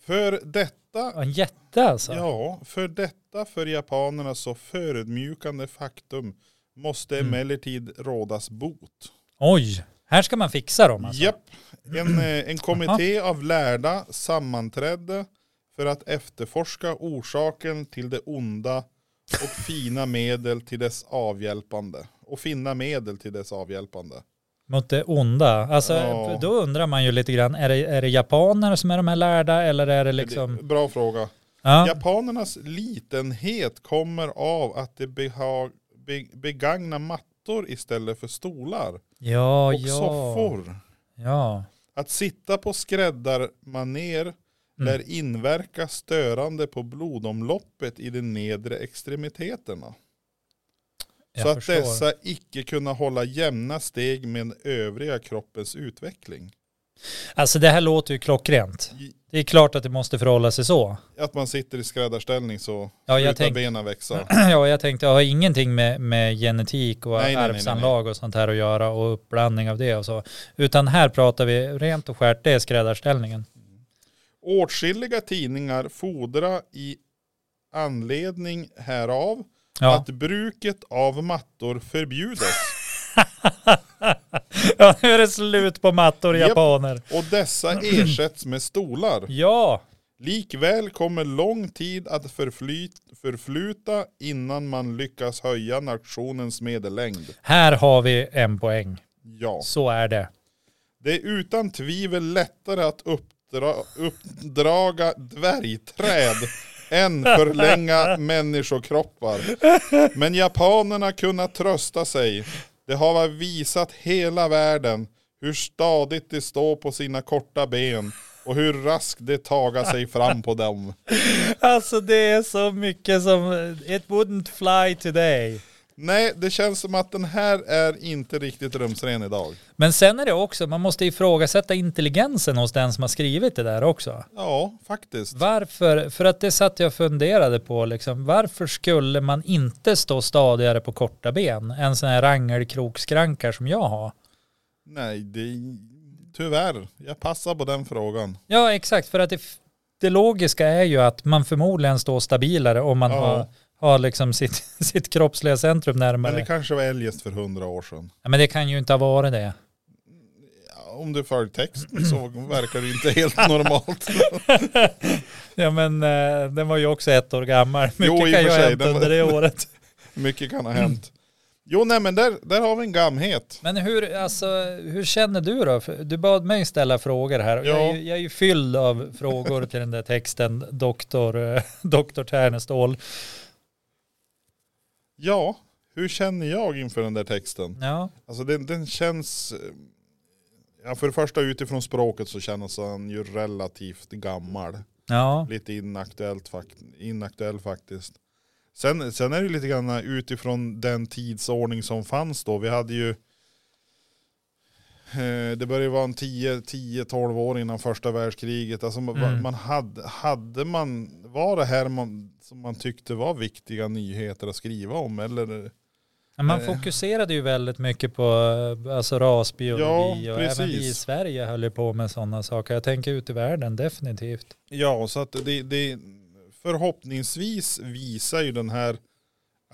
Speaker 2: För detta
Speaker 1: en jätte alltså.
Speaker 2: Ja, för detta för japanerna så förödmjukande faktum måste
Speaker 1: Mm.
Speaker 2: emellertid rådas bot.
Speaker 1: Oj, här ska man fixa dem alltså.
Speaker 2: Japp, en, eh, en kommitté av lärda sammanträdde för att efterforska orsaken till det onda och fina medel till dess avhjälpande. Och finna medel till dess avhjälpande.
Speaker 1: Mot det onda. Alltså,
Speaker 2: Ja.
Speaker 1: Då undrar man ju lite grann, är det, är det japaner som är de här lärda eller är det
Speaker 2: Det-
Speaker 1: liksom...
Speaker 2: Bra fråga.
Speaker 1: Ja.
Speaker 2: Japanernas litenhet kommer av att de behag, be, begagnar mattor istället för stolar.
Speaker 1: Ja,
Speaker 2: och
Speaker 1: ja.
Speaker 2: soffor.
Speaker 1: Ja.
Speaker 2: Att sitta på skräddarmaner
Speaker 1: Mm.
Speaker 2: lär inverka störande på blodomloppet i de nedre extremiteterna.
Speaker 1: Jag
Speaker 2: så att
Speaker 1: förstår.
Speaker 2: dessa icke kunna hålla jämna steg med den övriga kroppens utveckling.
Speaker 1: Alltså det här låter ju klockrent.
Speaker 2: I-
Speaker 1: Det är klart att det måste förhålla sig så.
Speaker 2: Att man sitter i skräddarställning så
Speaker 1: Ja,
Speaker 2: slutar
Speaker 1: jag tänk,
Speaker 2: benen växa.
Speaker 1: [CLEARS THROAT] Ja, jag tänkte, jag har ingenting med, med genetik och
Speaker 2: Nej, nej, nej, nej, nej.
Speaker 1: arvsanlag och sånt här att göra och uppblandning av det och så. Utan här pratar vi rent och skärt, det är skräddarställningen.
Speaker 2: Åtskilliga tidningar fodra i anledning härav
Speaker 1: Ja,
Speaker 2: att bruket av mattor förbjudes.
Speaker 1: [LAUGHS] ja nu är det slut på mattor och
Speaker 2: Japp.
Speaker 1: japaner.
Speaker 2: och
Speaker 1: [CLEARS THROAT]
Speaker 2: dessa ersätts med stolar.
Speaker 1: Ja,
Speaker 2: Likväl kommer lång tid att förflyt, förfluta innan man lyckas höja nationens medellängd.
Speaker 1: här har vi en poäng.
Speaker 2: Ja.
Speaker 1: Så är det.
Speaker 2: Det är utan tvivel lättare att uppdra, uppdraga dvärgträd än förlänga människokroppar. Men japanerna kunna trösta sig. Det har visat hela världen hur stadigt de står på sina korta ben och hur raskt det tagar sig fram på dem.
Speaker 1: Alltså det är så mycket som, it wouldn't fly today.
Speaker 2: Nej, det känns som att den här är inte riktigt rumsren idag.
Speaker 1: Men sen är det också, man måste ifrågasätta intelligensen hos den som har skrivit det där också.
Speaker 2: Ja, faktiskt.
Speaker 1: Varför, för att det satt jag och funderade på liksom, varför skulle man inte stå stadigare på korta ben än sådana här rangelkrokskranka som jag har?
Speaker 2: Nej, det, tyvärr. Jag passar på den frågan.
Speaker 1: Ja exakt, för att det, f- det logiska är ju att man förmodligen står stabilare om man
Speaker 2: Ja.
Speaker 1: har, har liksom sitt, [LAUGHS] sitt kroppsliga centrum närmare.
Speaker 2: Men det kanske var eljest för hundra år sedan.
Speaker 1: ja, men det kan ju inte ha varit
Speaker 2: [LAUGHS]
Speaker 1: det.
Speaker 2: Ja, Om du följer texten så verkar det inte [LAUGHS] helt normalt.
Speaker 1: Ja men eh, den var ju också ett år gammal. Mycket
Speaker 2: Jo, i och
Speaker 1: kan
Speaker 2: för
Speaker 1: jag
Speaker 2: sig,
Speaker 1: hämta
Speaker 2: den var-
Speaker 1: under det året.
Speaker 2: Mycket kan ha hänt. Jo, nej men där, där har vi en gamhet.
Speaker 1: Men hur, alltså, hur känner du då? För Du bad mig ställa frågor här. Jag, är
Speaker 2: Ja.
Speaker 1: ju, jag är ju fylld av frågor till den där texten, doktor, eh, doktor Ternestål.
Speaker 2: Ja, hur känner jag inför den där texten?
Speaker 1: Ja,
Speaker 2: Alltså den, den känns... eh, Ja, för det första utifrån språket så känns han ju relativt gammal.
Speaker 1: ja,
Speaker 2: Lite inaktuellt fakt- inaktuell faktiskt. Sen, sen är det ju lite grann utifrån den tidsordning som fanns då. Vi hade ju eh, det började vara en 10 10-12 år innan första världskriget. Alltså man-
Speaker 1: Mm.
Speaker 2: man hade, hade man, var det här man, som man tyckte var viktiga nyheter att skriva om? Eller?
Speaker 1: Men man
Speaker 2: Eh.
Speaker 1: fokuserade ju väldigt mycket på eh, alltså, rasbiologi
Speaker 2: Ja,
Speaker 1: och även vi i
Speaker 2: precis.
Speaker 1: Sverige höll ju på med sådana saker. Jag tänker ut i världen definitivt.
Speaker 2: Ja, så att det, det förhoppningsvis visar ju den här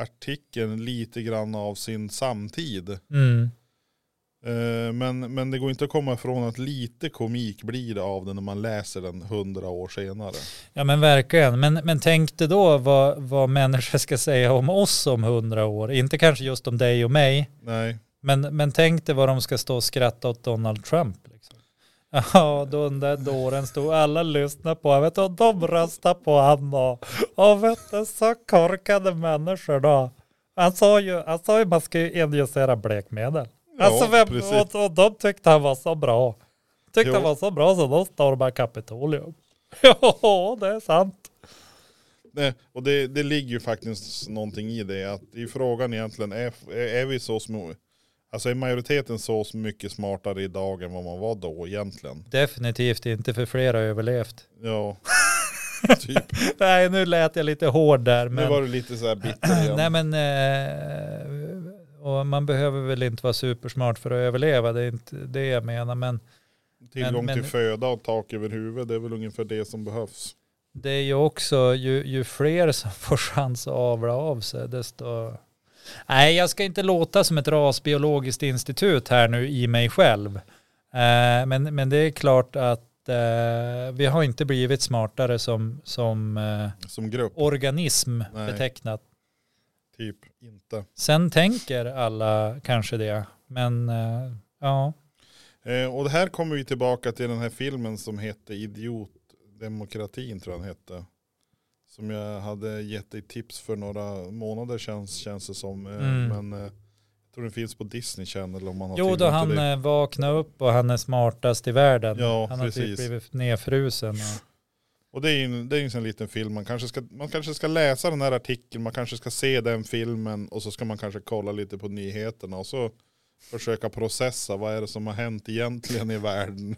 Speaker 2: artikeln lite grann av sin samtid.
Speaker 1: Mm.
Speaker 2: Eh, Men, men det går inte att komma ifrån att lite komik blir det av den när man läser den hundra år senare.
Speaker 1: Ja men verkligen. Men, men tänk dig då vad, vad människor ska säga om oss om hundra år. Inte kanske just om dig och mig.
Speaker 2: Nej,
Speaker 1: Men, men tänk dig vad de ska stå och skratta åt Donald Trump. Liksom. Ja, då den där dåren stod alla lyssna på. Vet du, och de röstar på han då. Och vet du, så korkade människor då. Han sa ju, han sa ju man ska ju injicera blekmedel.
Speaker 2: Ja,
Speaker 1: alltså vem,
Speaker 2: precis.
Speaker 1: och, och de tyckte han var så bra. Tyckte
Speaker 2: Jo.
Speaker 1: han var så bra så de stormade Kapitolium. [LAUGHS] Ja, det är sant.
Speaker 2: Nej och det, det ligger ju faktiskt någonting i det. Att i frågan egentligen, är, är vi så små, alltså är majoriteten så mycket smartare idag än vad man var då egentligen?
Speaker 1: Definitivt inte för flera har överlevt. [LAUGHS]
Speaker 2: Ja, typ.
Speaker 1: Nej, nu lät jag lite hård där. Men...
Speaker 2: Nu var du lite så här bitter igen.
Speaker 1: Nej men, eh, och man behöver väl inte vara supersmart för att överleva, det är inte det jag menar. Men
Speaker 2: Tillgång
Speaker 1: men-
Speaker 2: till föda och tak över huvudet, det är väl ungefär det som behövs.
Speaker 1: det är ju också, ju, ju fler som [LAUGHS] får chans att avla av sig, desto... Nej, jag ska inte låta som ett rasbiologiskt institut här nu i mig själv. Eh, men, men det är klart att eh, vi har inte blivit smartare som, som eh,
Speaker 2: Som grupp,
Speaker 1: organism
Speaker 2: Nej.
Speaker 1: betecknat.
Speaker 2: typ inte.
Speaker 1: Sen tänker alla kanske det, men eh, ja.
Speaker 2: Eh, och det här kommer vi tillbaka till den här filmen som hette Idiotdemokratin tror jag den hette. Som jag hade gett dig tips för några månader sedan känns det som. Eh,
Speaker 1: Mm.
Speaker 2: Men eh, jag tror den finns på Disney Channel om man har
Speaker 1: Jo, då
Speaker 2: tillgång
Speaker 1: han
Speaker 2: till det.
Speaker 1: eh, vaknade upp och han är smartast i världen.
Speaker 2: Ja,
Speaker 1: han har typ
Speaker 2: precis.
Speaker 1: blivit nedfrusen.
Speaker 2: [LAUGHS]
Speaker 1: Och,
Speaker 2: Och det är ju en, det är ju en sån liten film. Man kanske, ska, man kanske ska läsa den här artikeln, man kanske ska se den filmen och så ska man kanske kolla lite på nyheterna och så försöka processa vad är det som har hänt egentligen i världen.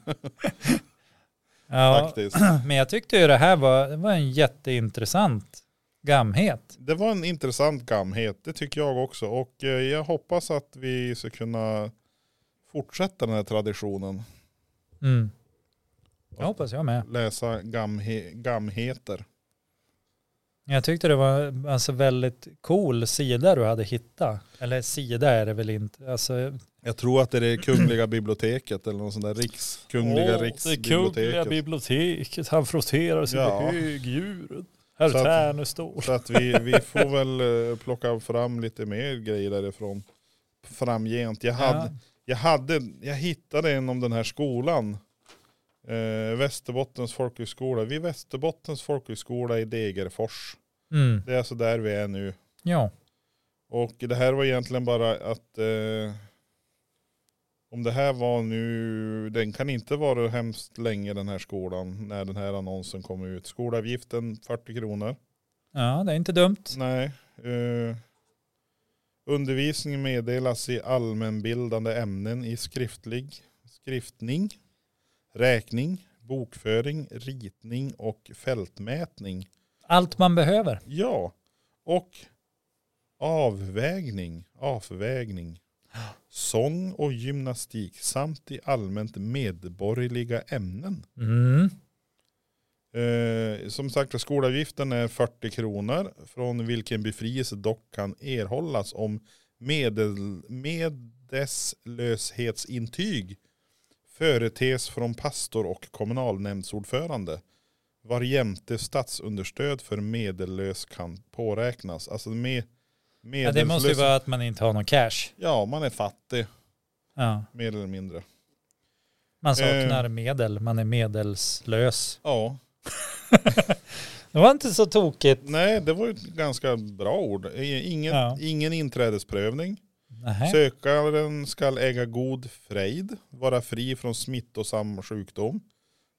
Speaker 1: ja,
Speaker 2: [LAUGHS] faktiskt.
Speaker 1: [CLEARS THROAT] men jag tyckte ju det här var, det var en jätteintressant gamhet.
Speaker 2: Det var en intressant gamhet, det tycker jag också. Och eh, jag hoppas att vi ska kunna fortsätta den här traditionen.
Speaker 1: Mm. Jag hoppas jag med.
Speaker 2: Läsa gamhe- gamheter.
Speaker 1: Jag tyckte det var alltså väldigt cool sida du hade hittat. Eller sida är det väl inte. Alltså,
Speaker 2: Jag tror att det är det kungliga biblioteket eller någon sån där riks, kungliga riksbiblioteket.
Speaker 1: biblioteket, han frosterar
Speaker 2: sina Ja.
Speaker 1: högdjuren. Herr
Speaker 2: Så att-
Speaker 1: Ternestål.
Speaker 2: Så att vi, vi får väl eh, plocka fram lite mer grejer därifrån framgent. Jag, hade,
Speaker 1: Ja.
Speaker 2: jag, hade, jag hittade en om den här skolan. Eh, Västerbottens folkhögskola. Vid Västerbottens folkhögskola i Degerfors.
Speaker 1: Mm.
Speaker 2: Det är alltså där vi är nu.
Speaker 1: Ja.
Speaker 2: Och det här var egentligen bara att eh, Om det här var nu, den kan inte vara hemskt länge den här skolan när den här annonsen kom ut. Skolavgiften 40 kronor.
Speaker 1: Ja, det är inte dumt.
Speaker 2: Nej. eh, undervisning meddelas i allmänbildande ämnen i skriftlig, skriftning, räkning, bokföring, ritning och fältmätning.
Speaker 1: Allt man behöver.
Speaker 2: Ja, och avvägning, avvägning, sång och gymnastik samt i allmänt medborgerliga ämnen.
Speaker 1: Mm.
Speaker 2: Eh, som sagt, skolavgiften är 40 kronor från vilken befrielse dock kan erhållas om medel, medeslöshetsintyg företes från pastor och kommunalnämndsordförande. Varjämte statsunderstöd för medellös kan påräknas. Alltså med,
Speaker 1: Ja, det måste ju
Speaker 2: medelslös-
Speaker 1: vara att man inte har någon cash.
Speaker 2: ja, man är fattig
Speaker 1: Ja.
Speaker 2: mer eller mindre.
Speaker 1: Man
Speaker 2: Eh.
Speaker 1: saknar medel, man är medelslös.
Speaker 2: Ja,
Speaker 1: Det var inte så tokigt.
Speaker 2: nej det var ju ett ganska bra ord. Ingen,
Speaker 1: Ja.
Speaker 2: ingen inträdesprövning.
Speaker 1: Nähä.
Speaker 2: Sökaren skall äga god frejd, vara fri från smittosam sjukdom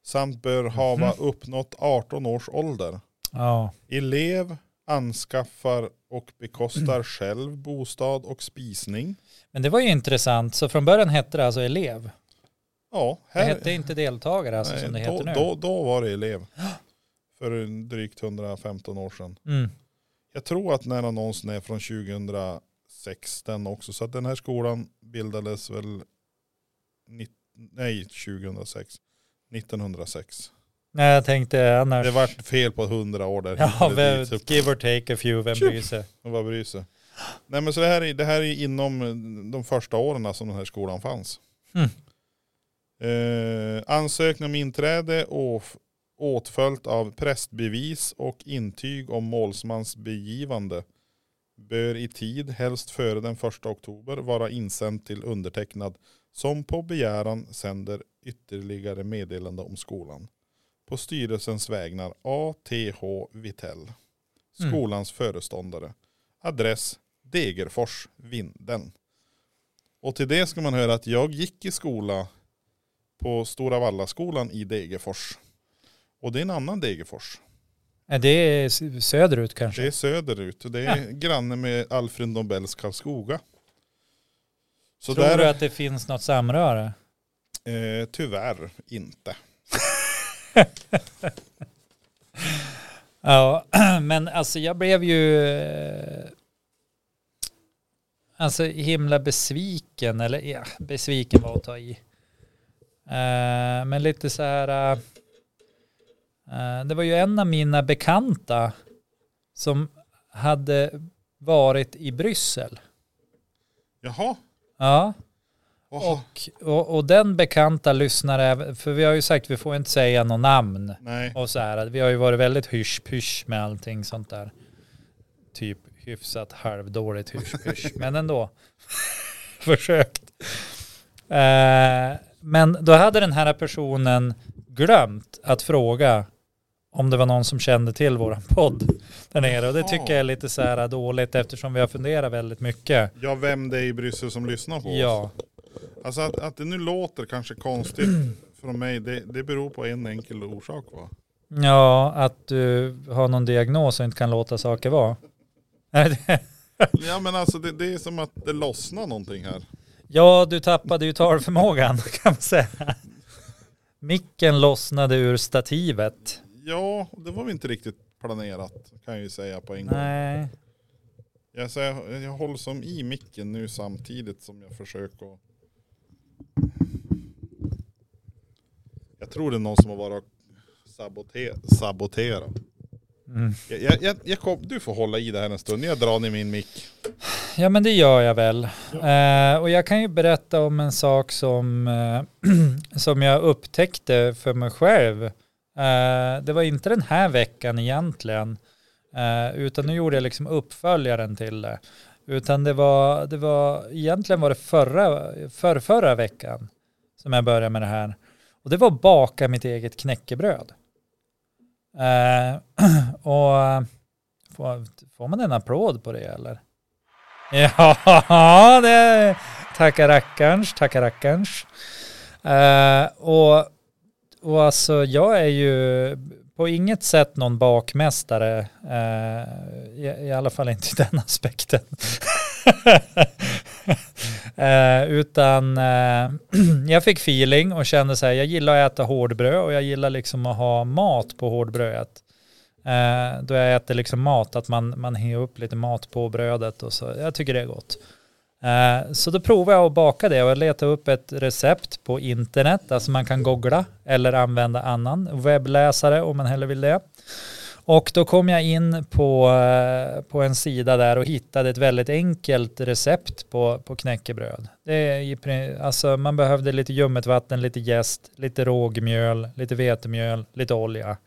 Speaker 2: samt bör
Speaker 1: Mhm.
Speaker 2: hava uppnått 18 års ålder.
Speaker 1: Ja.
Speaker 2: Elev anskaffar och
Speaker 1: [CLEARS THROAT]
Speaker 2: bekostar själv bostad och spisning.
Speaker 1: Men det var ju intressant. Så från början hette det alltså elev.
Speaker 2: Ja,
Speaker 1: Det
Speaker 2: här,
Speaker 1: hette inte deltagare alltså, som det
Speaker 2: nej, då,
Speaker 1: heter nu.
Speaker 2: Då, då var det
Speaker 1: [GASPS]
Speaker 2: elev. För en drygt 115 år sedan.
Speaker 1: Mm.
Speaker 2: Jag tror att den här annonsen är från 2006 den också. Så att den här skolan bildades väl nitt- nej, 2006. 1906.
Speaker 1: Nej, jag tänkte annars.
Speaker 2: Det vart fel på 100 år där.
Speaker 1: Ja,
Speaker 2: Hit eller
Speaker 1: vem,
Speaker 2: dit, så
Speaker 1: give or take a few, vem
Speaker 2: Tjup.
Speaker 1: bryr sig?
Speaker 2: Vad bryr sig. Nej men så det här, är, det här är inom de första åren som den här skolan fanns.
Speaker 1: Mm.
Speaker 2: Eh, ansökning om inträde och åtföljt av prästbevis och intyg om målsmans begivande bör i tid, helst före den 1 oktober, vara insänd till undertecknad som på begäran sänder ytterligare meddelande om skolan. På styrelsens vägnar ATH Vitell,
Speaker 1: Mm.
Speaker 2: skolans föreståndare. Adress Degerfors, Vinden. Och till det ska man höra att jag gick i skola på Stora Vallaskolan i Degerfors. Och det är en annan Degerfors.
Speaker 1: Nej, Det är s- söderut kanske.
Speaker 2: Det är söderut. Det är granne med Alfred Nobels Karlskoga. Så
Speaker 1: Tror
Speaker 2: där,
Speaker 1: du att det finns något samröre?
Speaker 2: eh, tyvärr inte.
Speaker 1: Ja, [CLEARS THROAT] men alltså jag blev ju eh, alltså himla besviken, eller ja, besviken var att ta i. Eh, Men lite så här, eh, eh, det var ju en av mina bekanta som hade varit i Bryssel.
Speaker 2: Jaha.
Speaker 1: Ja,
Speaker 2: Jaha.
Speaker 1: och, och, och den bekanta lyssnar även, för vi har ju sagt vi får inte säga något namn.
Speaker 2: Nej.
Speaker 1: Och så här, att vi har ju varit väldigt hysch-pysch med allting sånt där. Typ hyfsat halvdåligt
Speaker 2: [LAUGHS]
Speaker 1: hysch-pysch, men ändå. Försökt. Eh, men då hade den här personen glömt att fråga om det var någon som kände till våran podd där nere. Och det tycker jag är lite så här dåligt eftersom vi har funderat väldigt mycket.
Speaker 2: Ja, vem det är i Bryssel som lyssnar på oss.
Speaker 1: Ja,
Speaker 2: Alltså att, att det nu låter kanske konstigt [CLEARS THROAT] från mig, det, det beror på en enkel orsak
Speaker 1: [LAUGHS]
Speaker 2: va?
Speaker 1: ja att du har någon diagnos och inte kan låta saker vara. Nej, det-
Speaker 2: Ja men alltså det, det är som att det lossnar någonting här.
Speaker 1: Ja, du tappade ju talförmågan [LAUGHS] kan man säga. Micken lossnade ur stativet.
Speaker 2: Ja, det var väl inte riktigt planerat kan jag ju säga på en gång.
Speaker 1: Nej.
Speaker 2: Jag, så jag, jag håller som i micken nu samtidigt som jag försöker att... Jag tror det är någon som har varit och sabote- sabotera.
Speaker 1: Mm.
Speaker 2: Jag, jag, jag, jag kom, du får hålla i det här en stund, jag drar ner min mick.
Speaker 1: Ja, men det gör jag väl. Eh, och jag kan ju berätta om en sak som, eh, [CLEARS THROAT] som jag upptäckte för mig själv. Eh, det var inte den här veckan egentligen, eh, utan nu gjorde jag liksom uppföljaren till det. Utan det var, det var egentligen var det förra, för förra veckan som jag började med det här. Och det var att baka mitt eget knäckebröd. Eh, [CLEARS THROAT] och eh, får, får man en applåd på det eller? Ja, [LAUGHS] det, Tacka rackarns, tacka rackarns. Eh, och, och alltså jag är ju på inget sätt någon bakmästare, eh, i, i alla fall inte i den [LAUGHS] aspekten. Eh, utan eh, [CLEARS THROAT] jag fick feeling och kände så här, jag gillar att äta hårdbröd och jag gillar liksom att ha mat på hårdbrödet. Eh, då jag äter liksom mat, att man, man hänger upp lite mat på brödet och så. Jag tycker det är gott. Eh, så då provade jag att baka det och jag letade upp ett recept på internet, alltså man kan googla eller använda annan webbläsare om man hellre vill det. Och då kom jag in på, eh, på en sida där och hittade ett väldigt enkelt recept på, på knäckebröd. Det är i, pri- alltså man behövde lite ljummet vatten, lite jäst, lite rågmjöl, lite vetemjöl, lite olja.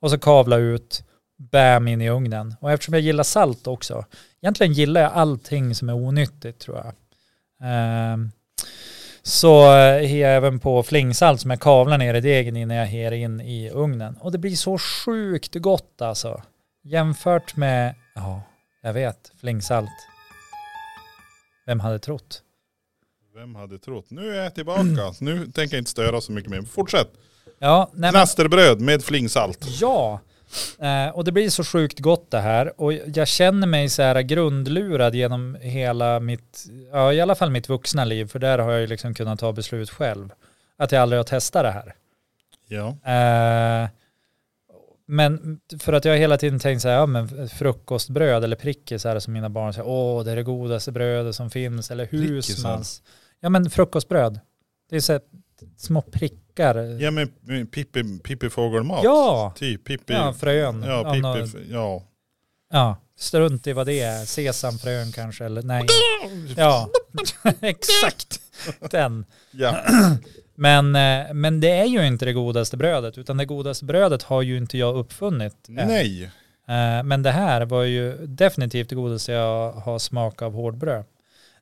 Speaker 1: Och så kavla ut, bam in i ugnen. Och eftersom jag gillar salt också, egentligen gillar jag allting som är onyttigt tror jag. Ehm, så eh, hejar jag även på flingsalt som jag kavlar ner i degen innan jag her in i ugnen. Och det blir så sjukt gott alltså. Jämfört med, ja, jag vet, flingsalt. Vem hade trott?
Speaker 2: Vem hade trott? Nu är jag tillbaka. Nu tänker jag inte störa så mycket mer. Fortsätt.
Speaker 1: Ja, nej, men-
Speaker 2: Knasterbröd med flingsalt.
Speaker 1: Ja, eh, och det blir så sjukt gott det här. Och jag känner mig så här grundlurad genom hela mitt, ja i alla fall mitt vuxna liv, för där har jag ju liksom kunnat ta beslut själv. Att jag aldrig har testat det här.
Speaker 2: Ja.
Speaker 1: Eh, men för att jag har hela tiden tänkt så här, ja men frukostbröd eller prickisar som mina barn säger, åh det är det godaste brödet som finns, eller
Speaker 2: Prickisar?
Speaker 1: husmans. Ja men frukostbröd, det är så här, små prickar.
Speaker 2: Ja men men Pippi, Pippi fågelmat.
Speaker 1: Ja.
Speaker 2: Typ Pippi.
Speaker 1: Ja, frön.
Speaker 2: Ja,
Speaker 1: av något-
Speaker 2: Pippi. Ja.
Speaker 1: Ja, strunt i vad det är. Sesamfrön kanske eller nej. Ja, [LAUGHS] exakt den.
Speaker 2: Ja.
Speaker 1: Men, eh, men det är ju inte det godaste brödet utan det godaste brödet har ju inte jag uppfunnit. än.
Speaker 2: Nej.
Speaker 1: Eh, Men det här var ju definitivt det godaste jag har smak av hårdbröd.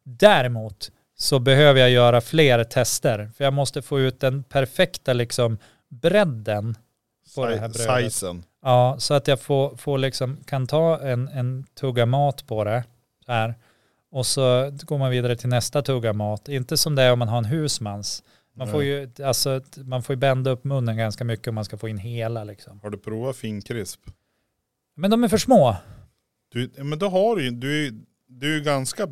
Speaker 1: Däremot så behöver jag göra fler tester för jag måste få ut den perfekta liksom bredden. På det här brödet.
Speaker 2: Sizen.
Speaker 1: Ja, så att jag får, får liksom, kan ta en, en tugga mat på det så här. Och så går man vidare till nästa tugga mat. Inte som det är om man har en husmans. Man får
Speaker 2: Nej.
Speaker 1: ju, alltså, t- man får ju bända upp munnen ganska mycket om man ska få in hela liksom.
Speaker 2: Har du provat finkrisp?
Speaker 1: Men de är för små.
Speaker 2: Du, ja, men då har du ju, du, är- du är ju ganska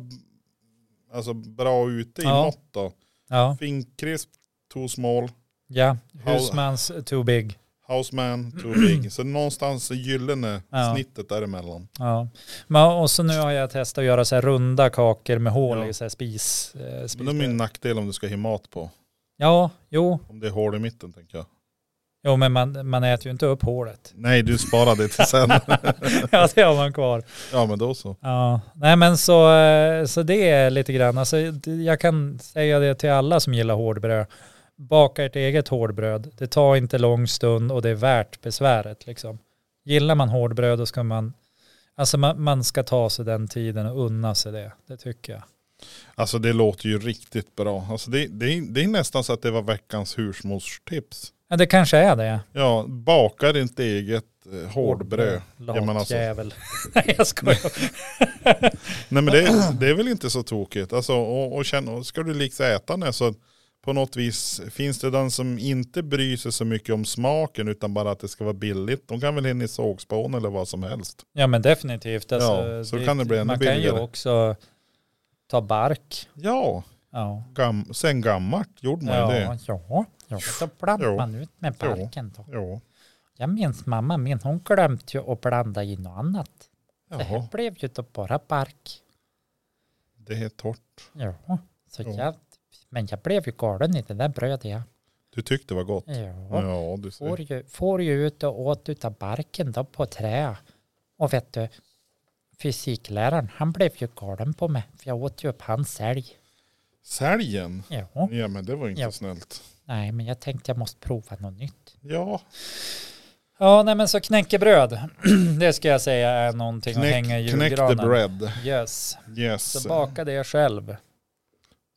Speaker 2: alltså, bra ute i
Speaker 1: Ja.
Speaker 2: mått då.
Speaker 1: Ja,
Speaker 2: Finkrisp, too small,
Speaker 1: ja.
Speaker 2: How-
Speaker 1: husmans too big. [CLEARS THROAT]
Speaker 2: houseman, too big. Så någonstans i gyllene
Speaker 1: Ja.
Speaker 2: snittet däremellan.
Speaker 1: Ja. Men, och så nu har jag testat att göra så här runda kakor med hål
Speaker 2: Ja.
Speaker 1: i så här spis. Eh, spis
Speaker 2: Men det är min nackdel om du ska ha mat på.
Speaker 1: Ja, jo.
Speaker 2: Om det är hål i mitten tänker jag.
Speaker 1: jo, men man, man äter ju inte upp
Speaker 2: [LAUGHS]
Speaker 1: hålet.
Speaker 2: Nej, du sparar det
Speaker 1: [LAUGHS]
Speaker 2: till sen.
Speaker 1: ja, det har man kvar.
Speaker 2: ja, men då så.
Speaker 1: Ja, nej men så, eh, så det är lite grann, alltså, det- jag kan säga det till alla som gillar hårdbröd. Baka ert eget hårdbröd, det tar inte lång stund och det är värt besväret. Liksom. Gillar man hårdbröd då ska man, alltså man, man ska ta sig den tiden och unna sig det, det tycker jag.
Speaker 2: Alltså det låter ju riktigt bra. Alltså det, det, är- det är nästan så att det var veckans husmorstips.
Speaker 1: Ja, det kanske är det.
Speaker 2: Ja, bakar inte eget eh, hårdbröd. Ja, men alltså-
Speaker 1: Latjävel. [LAUGHS] nej jag skojar.
Speaker 2: Nej men det, det är väl inte så tokigt. Alltså, och, och känna, och ska du liksom äta den här så på något vis finns det den som inte bryr sig så mycket om smaken utan bara att det ska vara billigt. De kan väl in i sågspån eller vad som helst.
Speaker 1: Ja men definitivt. Alltså,
Speaker 2: Ja, så kan det bli ännu
Speaker 1: Man kan
Speaker 2: billigare.
Speaker 1: ju också ta bark.
Speaker 2: Ja,
Speaker 1: Ja.
Speaker 2: gam, sen gammalt gjorde man ju
Speaker 1: Ja,
Speaker 2: det.
Speaker 1: ja, ja. Så blandar
Speaker 2: Jo.
Speaker 1: man ut med barken då.
Speaker 2: Ja,
Speaker 1: Jag minns mamma min, hon glömde ju att blanda in något annat. Det här
Speaker 2: jaha,
Speaker 1: blev ju då bara bark.
Speaker 2: det är torrt.
Speaker 1: Ja, så
Speaker 2: Jo.
Speaker 1: jag, men jag blev ju galen i det där brödet jag.
Speaker 2: Du tyckte det var gott.
Speaker 1: Ja,
Speaker 2: Ja, du ser.
Speaker 1: får ju, får ju ut och åt utav barken då på trä. Och vet du, fysikläraren han blev ju galen på mig för jag åt ju upp hans älg.
Speaker 2: Säljen.
Speaker 1: Ja,
Speaker 2: Ja men det var ju inte
Speaker 1: Ja.
Speaker 2: snällt.
Speaker 1: nej men jag tänkte jag måste prova något nytt.
Speaker 2: Ja,
Speaker 1: Ja, nej men så knäckebröd. [CLEARS THROAT] det ska jag säga är någonting att
Speaker 2: knäck,
Speaker 1: hänga i
Speaker 2: knäck
Speaker 1: julgranen.
Speaker 2: the bread.
Speaker 1: Yes.
Speaker 2: Yes.
Speaker 1: Så baka det själv.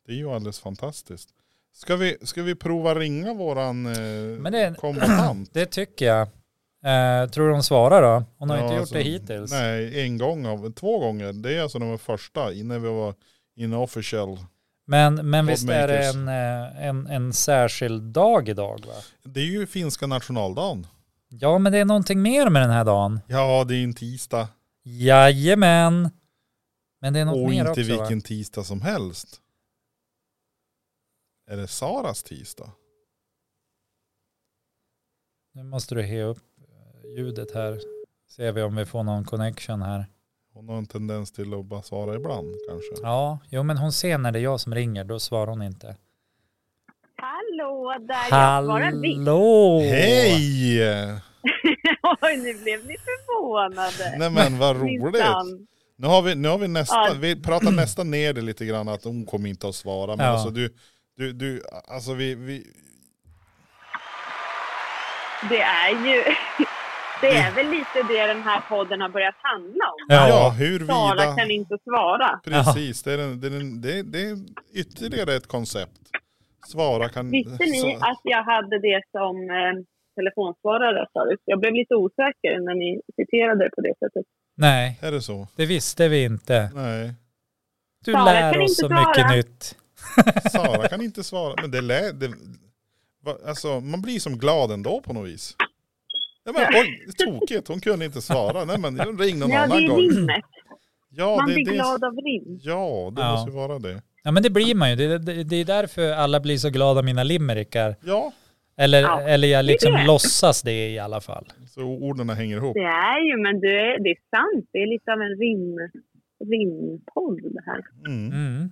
Speaker 2: Det är ju alldeles fantastiskt. Ska vi, ska vi prova ringa våran eh,
Speaker 1: Men det är en- [CLEARS THROAT]
Speaker 2: kombatant?
Speaker 1: Det tycker jag. Eh, tror du hon svarar då? Hon har
Speaker 2: Ja,
Speaker 1: inte gjort
Speaker 2: alltså,
Speaker 1: det hittills.
Speaker 2: Nej, en gång av, två gånger. Det är alltså den första innan vi var inofficial.
Speaker 1: Men, men visst är det
Speaker 2: Podmakers.
Speaker 1: en, eh, en, en särskild dag idag va?
Speaker 2: Det är ju finska nationaldagen.
Speaker 1: Ja men det är någonting mer med den här dagen.
Speaker 2: Ja, det är ju en tisdag.
Speaker 1: Jajamän. Men det är något
Speaker 2: Och
Speaker 1: mer
Speaker 2: inte
Speaker 1: också
Speaker 2: vilken
Speaker 1: va?
Speaker 2: tisdag som helst. Är det Saras tisdag?
Speaker 1: Nu måste du he upp eh, ljudet här. Ser vi om vi får någon connection här.
Speaker 2: Hon har en tendens till att bara svara ibland kanske.
Speaker 1: Ja, jo men hon ser när det är jag som ringer, då svarar hon inte.
Speaker 3: Hallå där, jag svarar visst.
Speaker 1: Hallå!
Speaker 2: Hej!
Speaker 3: [LAUGHS] Oj, nu blev ni förvånade.
Speaker 2: Nej men vad roligt.
Speaker 3: Minsann.
Speaker 2: Nu har vi, nu har vi nästa,
Speaker 3: Ja.
Speaker 2: vi pratar nästan ner det lite grann att hon kommer inte att svara. Men
Speaker 1: Ja.
Speaker 2: alltså du, du, du, alltså vi, vi,
Speaker 3: Det är ju... [LAUGHS] Det är väl lite det den här podden har börjat handla om.
Speaker 2: ja,
Speaker 1: Ja,
Speaker 3: Sara
Speaker 2: huruvida,
Speaker 3: kan inte svara.
Speaker 2: precis, det är, en, det, är en, det, är, det är ytterligare ett koncept. Svara kan...
Speaker 3: Visste ni
Speaker 2: så-
Speaker 3: att jag hade det som eh, telefonsvarare förut? Jag blev lite osäker när ni citerade det på det sättet.
Speaker 1: Nej,
Speaker 2: Är det så?
Speaker 1: det visste vi inte.
Speaker 2: Nej.
Speaker 1: Du
Speaker 3: Sara
Speaker 1: lär
Speaker 3: kan
Speaker 1: oss
Speaker 3: inte
Speaker 1: så
Speaker 3: svara.
Speaker 1: mycket nytt.
Speaker 2: Sara kan inte svara. Men det lä... Det, va, alltså, man blir som glad ändå på något vis. Nej, men, oj, tokigt. Hon kunde inte svara. Nej, men ring någon
Speaker 3: Ja, det
Speaker 2: annan
Speaker 3: är
Speaker 2: gång.
Speaker 3: rimmet.
Speaker 2: Ja,
Speaker 3: Man
Speaker 2: det,
Speaker 3: blir
Speaker 2: det,
Speaker 3: glad av rim.
Speaker 2: ja, det
Speaker 1: Ja.
Speaker 2: måste ju vara det.
Speaker 1: Ja men det blir man ju. Det, det, det är därför alla blir så glada av mina limerickar.
Speaker 2: Ja,
Speaker 1: Eller,
Speaker 3: Ja,
Speaker 1: eller jag liksom
Speaker 3: det.
Speaker 1: låtsas det i alla fall.
Speaker 2: så orden hänger ihop.
Speaker 3: Det är ju, men det är, det är sant. Det är lite av en rim, rimpodd det Mm. här.
Speaker 2: Mm.
Speaker 1: Mm.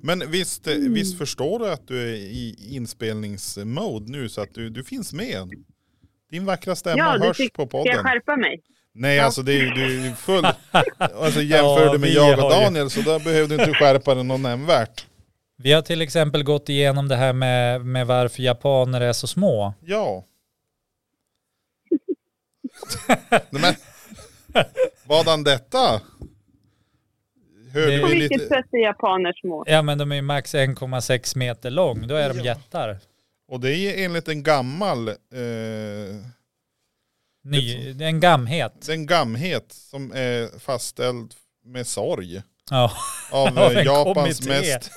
Speaker 2: Men visst, eh, visst förstår du att du är i inspelningsmode nu så att du, du finns med? Din vackra stämma
Speaker 3: Ja, det
Speaker 2: hörs
Speaker 3: tycker
Speaker 2: på
Speaker 3: Ska jag
Speaker 2: podden.
Speaker 3: skärpa mig?
Speaker 2: Nej, alltså det är, ju- du är ju
Speaker 3: [LAUGHS]
Speaker 2: full. Alltså
Speaker 1: Ja,
Speaker 2: jämför du med
Speaker 1: vi
Speaker 2: jag
Speaker 1: har
Speaker 2: och
Speaker 1: ju-
Speaker 2: Daniel så där behövde du inte skärpa dig någon nämnvärt.
Speaker 1: Vi har till exempel gått igenom det här med, med varför japaner är så små.
Speaker 2: Ja.
Speaker 1: [LAUGHS]
Speaker 2: Nej, men, vad han detta? Hörde
Speaker 1: Det-
Speaker 3: På
Speaker 2: vi
Speaker 3: vilket
Speaker 2: lite,
Speaker 3: sätt är japaner små?
Speaker 1: Ja men de är ju max 1,6 meter lång, då är de
Speaker 2: Ja.
Speaker 1: jättar.
Speaker 2: och det är enligt en gammal, eh,
Speaker 1: Ny, det är en gamhet.
Speaker 2: en gamhet som är fastställd med sorg
Speaker 1: [LAUGHS] Ja.
Speaker 2: av
Speaker 1: Av
Speaker 2: eh,
Speaker 1: en
Speaker 2: Japans
Speaker 1: kommitté.
Speaker 2: mest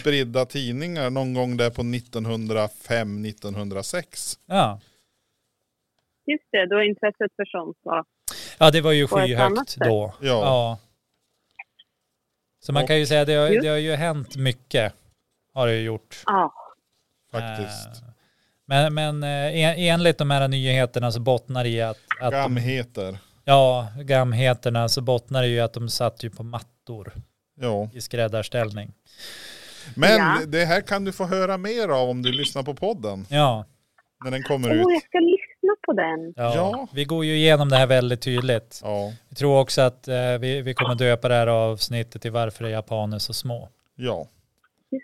Speaker 2: spridda tidningar någon gång där på 1905-1906.
Speaker 1: Ja.
Speaker 3: Just det, då intresset för sånt var...
Speaker 1: ja, det var ju
Speaker 3: På ett annat
Speaker 1: skyhögt
Speaker 3: sätt.
Speaker 1: då.
Speaker 2: Ja.
Speaker 1: Ja. Så man kan ju säga att det har,
Speaker 3: Just.
Speaker 1: det har ju hänt mycket. Har det ju gjort.
Speaker 3: Ja,
Speaker 2: faktiskt.
Speaker 1: Eh, Men, men eh, en- enligt de här nyheterna så bottnar det i att, att de,
Speaker 2: Gamheter.
Speaker 1: ja, gamheterna så bottnar det ju att de satt ju på mattor
Speaker 2: Ja.
Speaker 1: i skräddarställning.
Speaker 2: Men
Speaker 3: Ja.
Speaker 2: det här kan du få höra mer av om du lyssnar på podden
Speaker 1: Ja,
Speaker 2: när den kommer
Speaker 3: åh,
Speaker 2: ut.
Speaker 3: jag ska lyssna på den.
Speaker 1: ja.
Speaker 2: Ja.
Speaker 1: vi går ju igenom det här väldigt tydligt.
Speaker 2: Ja,
Speaker 1: Vi tror också att eh, vi, vi kommer döpa det här avsnittet till varför är japaner så små.
Speaker 2: ja.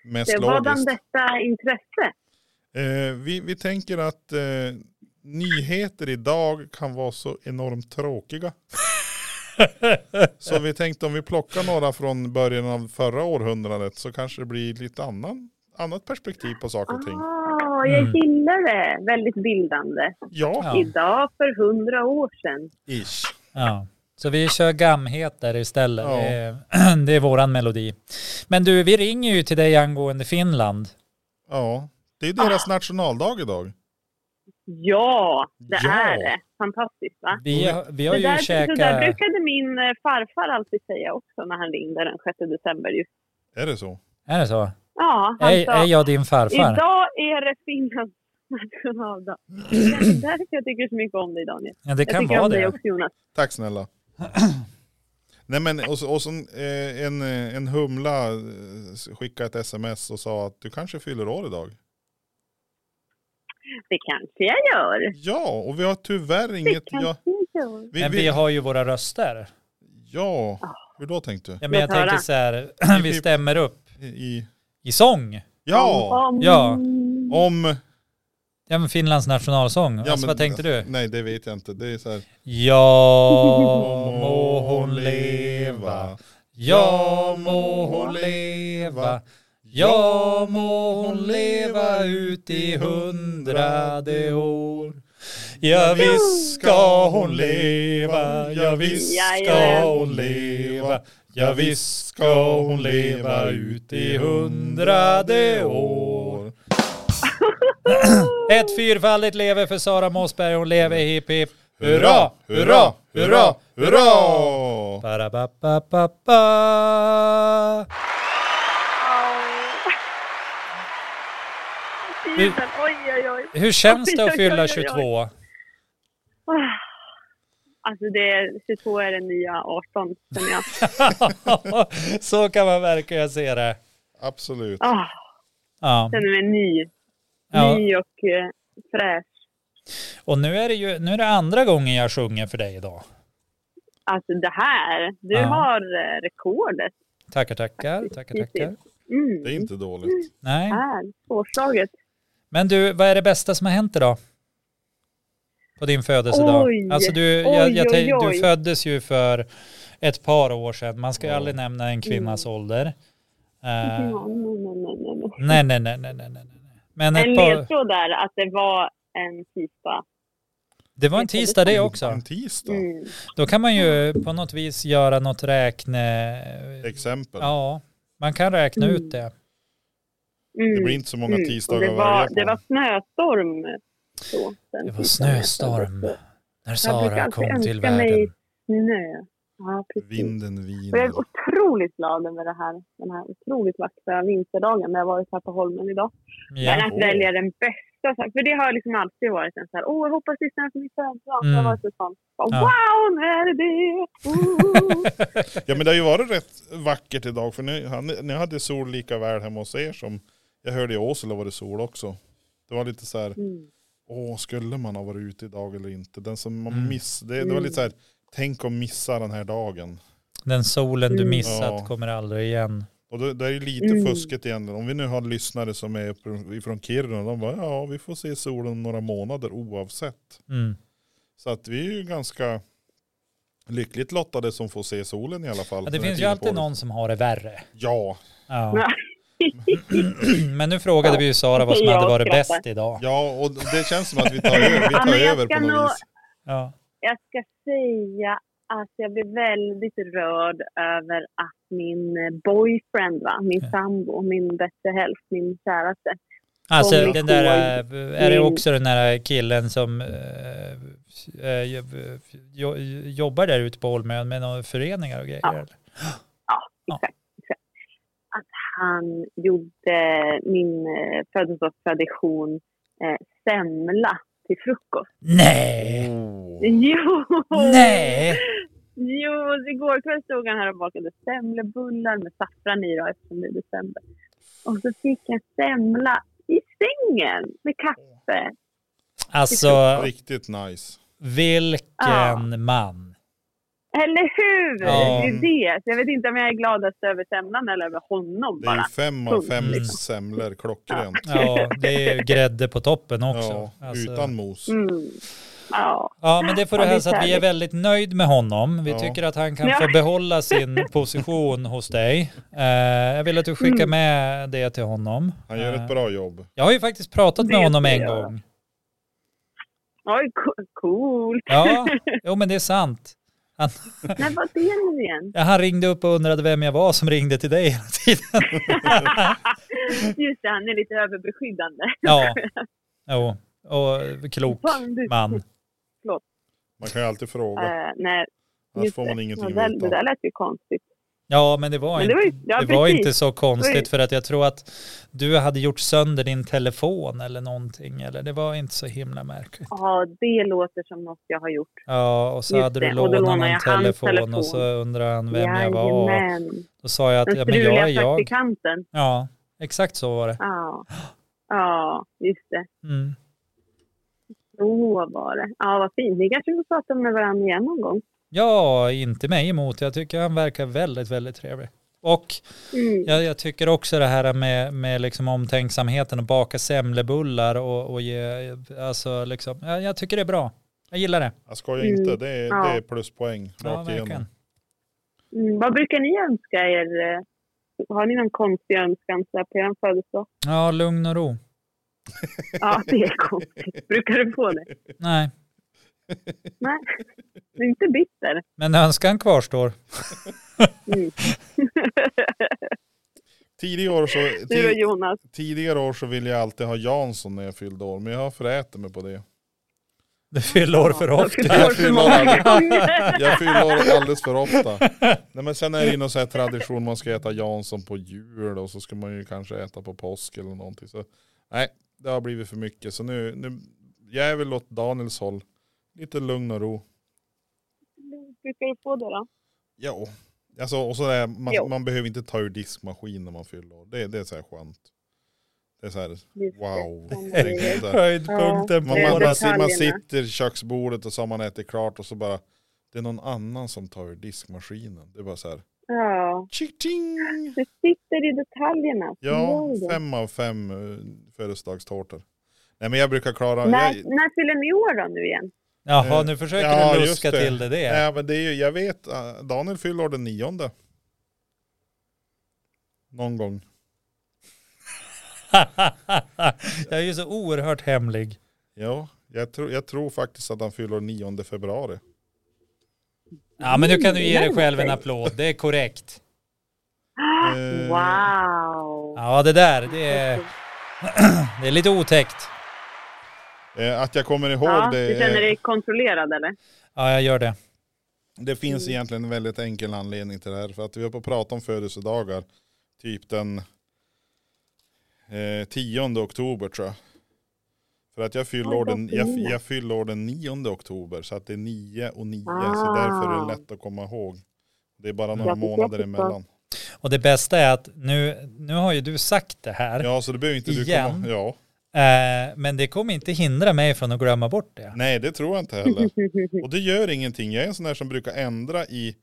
Speaker 2: Mest
Speaker 3: Det var den
Speaker 2: logiskt.
Speaker 3: detta intresse?
Speaker 2: Eh, vi, vi tänker att eh, nyheter idag kan vara så enormt tråkiga. så vi tänkte om vi plockar några från början av förra århundradet så kanske det blir lite annan, annat perspektiv på saker och ting.
Speaker 3: Ah, jag
Speaker 1: Mm.
Speaker 3: gillar det. Väldigt bildande.
Speaker 2: Ja,
Speaker 1: Ja.
Speaker 3: Idag för hundra år sedan.
Speaker 2: ish.
Speaker 1: Ja. Så vi kör gamheter istället.
Speaker 2: Ja.
Speaker 1: Det, är, [CLEARS THROAT] det är våran melodi. Men du, vi ringer ju till dig angående Finland.
Speaker 2: Ja, det är deras nationaldag idag.
Speaker 3: Ja, det
Speaker 2: Ja.
Speaker 3: är det. Fantastiskt, va?
Speaker 1: Vi, har- vi har
Speaker 3: det,
Speaker 1: ju
Speaker 3: där, det där
Speaker 1: käkat...
Speaker 3: brukade min eh, farfar alltid säga också när han ringde den 6 december. Just.
Speaker 2: Är det så?
Speaker 1: Är det så?
Speaker 3: Ja, han
Speaker 1: Är,
Speaker 3: sa...
Speaker 1: är jag din farfar?
Speaker 3: Alltså, Idag är det [LAUGHS] Finlands nationaldag. Det är därför jag tycker så mycket om dig Daniel.
Speaker 1: Ja, det
Speaker 3: Jag
Speaker 1: kan
Speaker 3: tycker
Speaker 1: vara
Speaker 3: om dig
Speaker 1: det.
Speaker 3: också Jonas.
Speaker 2: Tack snälla. Nej men och, så, och så, eh, en, eh, en humla eh, skickade ett sms och sa att du kanske fyller år idag.
Speaker 3: Det kanske jag gör.
Speaker 2: Ja, och vi har tyvärr
Speaker 3: Det
Speaker 2: inget...
Speaker 3: kanske
Speaker 2: Ja,
Speaker 3: jag gör.
Speaker 2: vi,
Speaker 1: Men vi
Speaker 2: vi,
Speaker 1: har ju våra röster.
Speaker 2: ja, hur då tänkte
Speaker 1: Ja, men jag
Speaker 3: Låt höra.
Speaker 1: tänker så här, [CLEARS THROAT] vi stämmer upp
Speaker 2: du? I,
Speaker 1: i sång.
Speaker 2: ja,
Speaker 3: Om-
Speaker 1: Ja.
Speaker 2: om...
Speaker 1: Ja, men Finlands nationalsång.
Speaker 2: Ja,
Speaker 1: alltså,
Speaker 2: men-
Speaker 1: vad tänkte du?
Speaker 2: Nej, det vet jag inte. Det är så här... [LAUGHS]
Speaker 1: Ja, må hon leva. Ja, må hon leva. Ja, må hon leva ut i hundrade år. Ja visst ska hon leva, ja visst ska hon leva, ja visst ska hon leva ut i hundrade år. Ett fyrfaldigt leve för Sara Mossberg, hon lever hipp hipp. Hurra, hurra, hurra, hurra!
Speaker 2: hurra!
Speaker 1: Ba-da-ba-ba-ba. Vi-
Speaker 3: Tusen, oj, oj, oj.
Speaker 1: Hur känns det att
Speaker 3: Oj, oj, oj,
Speaker 1: fylla
Speaker 3: oj.
Speaker 1: 22?
Speaker 3: Ah. Alltså det är, 22 är den nya 18, känner
Speaker 1: [LAUGHS] [LAUGHS]
Speaker 3: jag.
Speaker 1: Så kan man verkligen se det.
Speaker 2: Absolut.
Speaker 3: Ah,
Speaker 1: Ja.
Speaker 3: känner mig ny.
Speaker 1: Ja.
Speaker 3: Ny och eh, fräsch.
Speaker 1: Och nu är det ju nu är det andra gången jag sjunger för dig idag.
Speaker 3: Alltså det här, du
Speaker 1: Ja.
Speaker 3: har eh, rekordet.
Speaker 1: Tackar, tackar, tackar, tackar.
Speaker 3: Mm,
Speaker 2: Det är inte dåligt.
Speaker 1: Nej.
Speaker 3: här, påslaget.
Speaker 1: Men du, vad är det bästa som har hänt idag? På din födelsedag.
Speaker 3: Oj,
Speaker 1: alltså du, jag,
Speaker 3: oj,
Speaker 1: jag,
Speaker 3: oj,
Speaker 1: tänk- du
Speaker 3: oj.
Speaker 1: föddes ju för ett par år sedan. Man ska ju
Speaker 2: Ja.
Speaker 1: aldrig nämna en kvinnas
Speaker 3: Mm.
Speaker 1: ålder. Eh,
Speaker 3: Ja, nej, nej, nej, nej,
Speaker 1: nej,
Speaker 3: nej.
Speaker 1: nej, nej, nej, nej, nej. Men
Speaker 3: En
Speaker 1: ett par,
Speaker 3: ledtråd där att det var en tisdag.
Speaker 1: det var en tisdag det också.
Speaker 2: En tisdag.
Speaker 3: Mm.
Speaker 1: Då kan man ju på något vis göra något räkne...
Speaker 2: Exempel.
Speaker 1: Ja, man kan räkna
Speaker 3: Mm.
Speaker 1: ut det.
Speaker 3: Mm.
Speaker 2: Det blir inte så många
Speaker 3: Mm, och
Speaker 2: tisdagar
Speaker 3: det
Speaker 2: att
Speaker 3: var,
Speaker 2: välja
Speaker 3: det var
Speaker 2: på.
Speaker 3: snöstorm. Då, den
Speaker 1: Det var
Speaker 3: tisdagen jag
Speaker 1: snöstorm
Speaker 3: föddes.
Speaker 1: när
Speaker 3: Jag brukar
Speaker 1: Sara
Speaker 3: alltid
Speaker 1: kom till
Speaker 3: önska mig
Speaker 1: världen.
Speaker 3: snö. Ja, precis.
Speaker 2: Vinden
Speaker 3: Och jag
Speaker 2: viner.
Speaker 3: är otroligt glad över det här, den här otroligt vackra vinterdagen när jag varit här på Holmen idag. Men
Speaker 1: Ja.
Speaker 2: åh.
Speaker 3: att välja den bästa saken. För det har liksom alltid varit en så här, åh jag hoppas det snöar på min födelsedag. Det
Speaker 1: Mm.
Speaker 3: har varit en sån, bara,
Speaker 1: Ja.
Speaker 3: wow nu är det
Speaker 2: [LAUGHS]
Speaker 3: det! Ooh.
Speaker 2: Ja men det har ju varit rätt vackert idag för nu, han- nu hade sol lika väl hemma hos er som jag hörde i Åsele var det sol också. Det var lite så här,
Speaker 3: Mm.
Speaker 2: åh skulle man ha varit ute idag eller inte? Den som man
Speaker 1: Mm.
Speaker 2: miss, det, det var lite så här, tänk om missa den här dagen.
Speaker 1: Den solen du
Speaker 3: Mm.
Speaker 1: missat
Speaker 2: Ja.
Speaker 1: kommer aldrig igen.
Speaker 2: Och det, det är ju lite
Speaker 3: Mm.
Speaker 2: fusket egentligen. Om vi nu har lyssnare som är uppr- ifrån Kiruna, de bara ja vi får se solen om några månader oavsett.
Speaker 1: Mm.
Speaker 2: Så att vi är ju ganska lyckligt lottade som får se solen i alla fall.
Speaker 1: Ja,
Speaker 2: den
Speaker 1: det
Speaker 2: här
Speaker 1: finns ju
Speaker 2: tiden på
Speaker 1: alltid
Speaker 2: året.
Speaker 1: någon som har det värre.
Speaker 2: Ja,
Speaker 1: Ja.
Speaker 3: Ja.
Speaker 1: [CLEARS THROAT] Men nu frågade vi ju Sara vad som
Speaker 3: Jag
Speaker 1: hade varit
Speaker 3: skrattar.
Speaker 1: bäst idag.
Speaker 2: ja och det känns som att vi tar, ö- vi
Speaker 3: Ja,
Speaker 2: tar
Speaker 3: men jag
Speaker 2: över
Speaker 3: ska
Speaker 2: på något
Speaker 3: nog-
Speaker 2: vis.
Speaker 1: Ja.
Speaker 3: Jag ska säga att jag blev väldigt rörd över att min eh, boyfriend, va? min
Speaker 1: Ja.
Speaker 3: sambo, min bättre hälft, min käraste.
Speaker 1: Alltså
Speaker 3: Kommer
Speaker 1: den där,
Speaker 3: ihåg
Speaker 1: eh, är det
Speaker 3: min-
Speaker 1: också den där killen som eh, eh, jo- jo- jobbar där ute på Holmön med några föreningar och grejer?
Speaker 3: Ja.
Speaker 1: eller?
Speaker 3: Han gjorde min eh, födelsedagstradition eh, semla till frukost.
Speaker 1: Nej!
Speaker 3: [LAUGHS]
Speaker 2: Oh,
Speaker 3: Jo!
Speaker 1: Nej!
Speaker 3: Jo, igår kväll stod han här och bakade semlebullar med saffran i då, eftersom det är december. Och så fick jag semla i sängen med kaffe.
Speaker 1: Alltså
Speaker 2: Riktigt nice.
Speaker 1: vilken
Speaker 3: Ja.
Speaker 1: man.
Speaker 3: Eller hur?
Speaker 1: Ja.
Speaker 3: Det är det. Så jag vet inte om jag är gladast över semlan eller över honom
Speaker 2: Det är ju
Speaker 3: bara.
Speaker 2: fem av fem
Speaker 1: Mm.
Speaker 2: semlor, klockrent.
Speaker 1: Ja, det är ju grädde på toppen också.
Speaker 2: Ja,
Speaker 1: Alltså,
Speaker 2: utan mos.
Speaker 3: Mm. Ja.
Speaker 1: Ja, men det får du
Speaker 3: Ja, det är
Speaker 1: hälsa att vi är
Speaker 3: kärlek.
Speaker 1: väldigt nöjd med honom. Vi
Speaker 2: Ja.
Speaker 1: tycker att han kan
Speaker 3: Ja.
Speaker 1: få behålla
Speaker 3: [LAUGHS]
Speaker 1: sin position hos dig. Eh, jag vill att du skickar
Speaker 3: Mm.
Speaker 1: med det till honom.
Speaker 2: Han gör
Speaker 1: Eh,
Speaker 2: ett bra jobb.
Speaker 1: Jag har ju faktiskt pratat med
Speaker 3: Det
Speaker 1: honom
Speaker 3: ska jag
Speaker 1: en
Speaker 3: göra.
Speaker 1: gång.
Speaker 3: Oj, co- coolt.
Speaker 1: Ja, jo men det är sant.
Speaker 3: När var det nu
Speaker 1: [LAUGHS]
Speaker 3: igen?
Speaker 1: Ja, Han ringde upp och undrade vem jag var som ringde till dig hela tiden.
Speaker 3: Just det, han är lite överbeskyddande. [LAUGHS]
Speaker 1: Ja, jo. och klok
Speaker 3: Fan, du-
Speaker 1: man.
Speaker 2: Man kan ju alltid fråga.
Speaker 3: Eh, nej,
Speaker 2: Annars
Speaker 3: just
Speaker 2: får man
Speaker 3: det.
Speaker 2: ingenting
Speaker 3: det, där- det
Speaker 2: veta.
Speaker 3: där lät ju konstigt.
Speaker 1: Ja, men det var,
Speaker 3: Men det var ju-
Speaker 1: inte,
Speaker 3: ja,
Speaker 1: det var
Speaker 3: precis.
Speaker 1: inte så
Speaker 3: Det var
Speaker 1: konstigt
Speaker 3: ju-
Speaker 1: för att jag tror att du hade gjort sönder din telefon eller någonting. Eller det var inte så himla märkligt.
Speaker 3: Ja, det låter som något jag har gjort.
Speaker 1: Ja, och så
Speaker 3: Just
Speaker 1: hade du
Speaker 3: det, och då
Speaker 1: lånat någon
Speaker 3: lånade jag hans
Speaker 1: telefon,
Speaker 3: telefon.
Speaker 1: och så undrade han vem jag var.
Speaker 3: Jajamän.
Speaker 1: Då sa jag att
Speaker 3: Den
Speaker 1: ja, men jag är
Speaker 3: struliga
Speaker 1: jag.
Speaker 3: praktikanten.
Speaker 1: Ja, exakt så var det.
Speaker 3: Ja. ja, just det.
Speaker 1: Mm.
Speaker 3: Så var det. Ja, vad fint. Ni kanske får prata med varandra igen någon gång.
Speaker 1: Ja, inte mig emot. Jag tycker han verkar väldigt, väldigt trevlig. Och
Speaker 3: Mm.
Speaker 1: jag, jag tycker också det här med, med liksom omtänksamheten och baka semlebullar och, och ge, alltså liksom, ja, jag tycker det är bra. Jag gillar det.
Speaker 2: Jag skojar
Speaker 3: Mm.
Speaker 2: inte, det är,
Speaker 3: Ja.
Speaker 2: det är pluspoäng
Speaker 1: Ja,
Speaker 2: rakt igenom.
Speaker 1: verkligen.
Speaker 3: Mm. Vad brukar ni önska er? eh, Har ni någon konstig önskan så här på er födelsedag?
Speaker 1: Ja, lugn och ro.
Speaker 3: Ja, det är konstigt. Brukar du få det?
Speaker 1: Nej,
Speaker 3: Nej, du är inte bitter.
Speaker 1: Men önskan kvarstår.
Speaker 3: Mm.
Speaker 2: Tidigare
Speaker 3: [LAUGHS]
Speaker 2: år, så,
Speaker 3: Du då
Speaker 2: ti-
Speaker 3: Jonas,
Speaker 2: tidigare år så ville jag alltid ha Jansson när jag fyllde år, men jag har förätit mig på
Speaker 3: [LAUGHS]
Speaker 2: det.
Speaker 1: Du fyller år för
Speaker 3: jag
Speaker 1: ofta.
Speaker 3: fyller år
Speaker 2: [LAUGHS]
Speaker 3: för många gånger.
Speaker 2: Jag fyller år alldeles för ofta. Nej, men sen är det ju någon sån här tradition, man ska äta Jansson på jul och så ska man ju kanske äta på påsk eller någonting. Så, nej, det har blivit för mycket. Så nu, nu jag är väl åt Daniels håll. Lite lugn och ro.
Speaker 3: Brukar du få det då?
Speaker 2: Jo. Alltså, och så är, man,
Speaker 3: Jo.
Speaker 2: man behöver inte ta ur diskmaskin när man fyller år. Det, det är så här skönt. Det är så här,
Speaker 3: Just det,
Speaker 2: wow.
Speaker 3: som
Speaker 2: tänk
Speaker 3: det är.
Speaker 2: om det-
Speaker 1: Höjdpunkten
Speaker 2: Man,
Speaker 1: på
Speaker 3: är
Speaker 2: man, man,
Speaker 1: året.
Speaker 2: si- man
Speaker 3: detaljerna.
Speaker 2: sitter i köksbordet och så har man ätit klart och så bara det är någon annan som tar ur diskmaskinen. Det är bara så här.
Speaker 3: Ja,
Speaker 2: Tjing, tjing.
Speaker 3: det sitter i detaljerna.
Speaker 2: Ja,
Speaker 3: Gör det.
Speaker 2: fem av fem eh, födelsedagstårtor. Nej men jag brukar klara.
Speaker 3: När,
Speaker 2: Jag,
Speaker 3: när fyller ni år då nu igen?
Speaker 1: Jaha,
Speaker 2: Eh,
Speaker 1: nu försöker
Speaker 2: ja,
Speaker 1: du
Speaker 2: just
Speaker 1: luska
Speaker 2: det.
Speaker 1: till det det.
Speaker 2: nej, men det är ju, jag vet, eh, Daniel fyller år den nionde. Någon gång.
Speaker 1: [LAUGHS] jag är ju så oerhört hemlig.
Speaker 2: Ja, jag, tror jag tror faktiskt att han fyller år 9 februari.
Speaker 1: Ja, men nu kan du ge dig
Speaker 3: Mm,
Speaker 1: själv en
Speaker 3: nej.
Speaker 1: applåd. Det är korrekt.
Speaker 2: Eh,
Speaker 3: Ah, Wow!
Speaker 1: Ja, det där, det är, [CLEARS THROAT] det är lite otäckt.
Speaker 2: Eh, att jag kommer ihåg
Speaker 3: Ja,
Speaker 2: det.
Speaker 3: du känner
Speaker 2: eh,
Speaker 3: dig kontrollerad eller?
Speaker 1: Ja, jag gör det.
Speaker 2: Det finns egentligen en väldigt enkel anledning till det här. För att vi har på att prata om födelsedagar. Typ den eh, 10 oktober tror jag. För att jag fyller
Speaker 3: Oj,
Speaker 2: år den, jag,
Speaker 3: gratulerar.
Speaker 2: jag fyller år den 9 oktober. Så att det är 9 och 9. Så därför är det lätt att komma ihåg. Det är bara några
Speaker 3: Grattis,
Speaker 2: månader
Speaker 3: grattis,
Speaker 2: emellan.
Speaker 1: Och det bästa är att nu, nu har ju du sagt det här,
Speaker 2: Ja så det behöver inte du
Speaker 1: Igen?
Speaker 2: komma Ja.
Speaker 1: eh, men det kommer inte hindra mig från att glömma bort det.
Speaker 2: Nej det tror jag
Speaker 1: [LAUGHS]
Speaker 2: inte heller. Och det gör ingenting. Jag är en sån där som brukar ändra i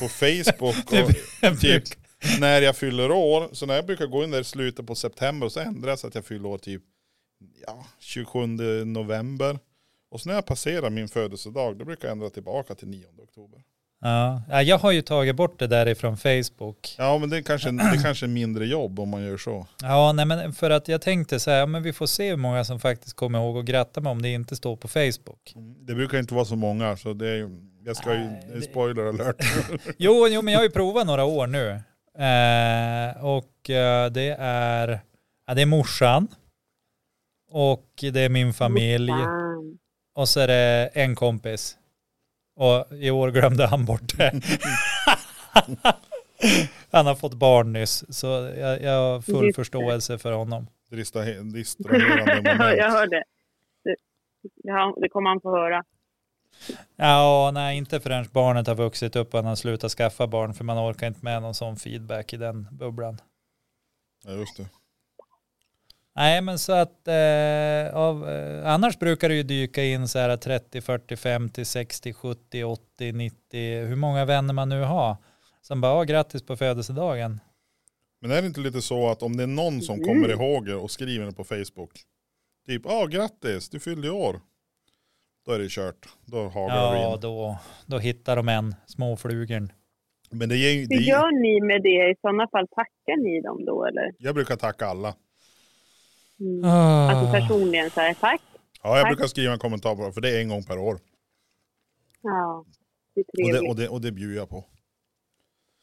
Speaker 2: på Facebook.
Speaker 1: [LAUGHS]
Speaker 2: Och,
Speaker 1: Jag
Speaker 2: typ
Speaker 1: brukar-
Speaker 2: när jag fyller år, så när jag brukar gå in där i slutet på september och så ändras så att jag fyller år typ ja, 27 november. Och så när jag passerar min födelsedag, då brukar jag ändra tillbaka till 9 oktober.
Speaker 1: Ja, ja, jag har ju tagit bort det där ifrån Facebook.
Speaker 2: Ja men det är [CLEARS THROAT] kanske, det är kanske mindre jobb om man gör så.
Speaker 1: Ja, nej, men för att jag tänkte så här, ja, men vi får se hur många som faktiskt kommer ihåg och gratta mig om det inte står på Facebook.
Speaker 2: Det brukar inte vara så många, så det är, ju- jag ska ju,
Speaker 1: Nej, det- [LAUGHS]
Speaker 2: spoiler alert.
Speaker 1: Jo, jo men jag har ju provat några år nu. Eh, och eh, det är, ja, det är morsan. Och det är min familj.
Speaker 3: Fan.
Speaker 1: Och så är det en kompis. Och i år glömde han bort
Speaker 3: [LAUGHS]
Speaker 1: det. han har fått barn nyss, så jag, jag har full
Speaker 3: Just det.
Speaker 1: förståelse för honom. [LAUGHS]
Speaker 2: Distrahe-
Speaker 3: [LAUGHS]
Speaker 2: Distraherande
Speaker 3: Jag
Speaker 2: moment.
Speaker 3: hörde. Det, ja, det kommer han få höra.
Speaker 1: Ja, nej, inte förrän barnet har vuxit upp och han har slutat skaffa barn, för man orkar inte med någon sån feedback i den bubblan.
Speaker 2: Ja, just det.
Speaker 1: Nej, men så att eh, av, eh, annars brukar det ju dyka in så här 30, 40, 50, 60, 70, 80, 90, hur många vänner man nu har. Som bara, "Ja, grattis på födelsedagen.
Speaker 2: Men är det inte lite så att om det är någon som
Speaker 3: Mm.
Speaker 2: kommer ihåg er och skriver det på Facebook, typ ah grattis, du fyllde i år. Då är det kört, då haglar
Speaker 1: Ja,
Speaker 2: du in.
Speaker 1: då, då hittar de en, småflugern.
Speaker 2: Men det är, ju- det
Speaker 3: Hur
Speaker 2: är,
Speaker 3: gör ni med det? I sådana fall tackar ni dem då eller?
Speaker 2: jag brukar tacka alla.
Speaker 3: Mm. Alltså
Speaker 1: Ah.
Speaker 3: personligen så här, tack.
Speaker 2: Ja, jag
Speaker 3: Tack.
Speaker 2: brukar skriva en kommentar på det, för det är en gång per år.
Speaker 3: Ja, det är
Speaker 2: Och det,
Speaker 3: trevligt.
Speaker 2: och det, och det bjuder jag på.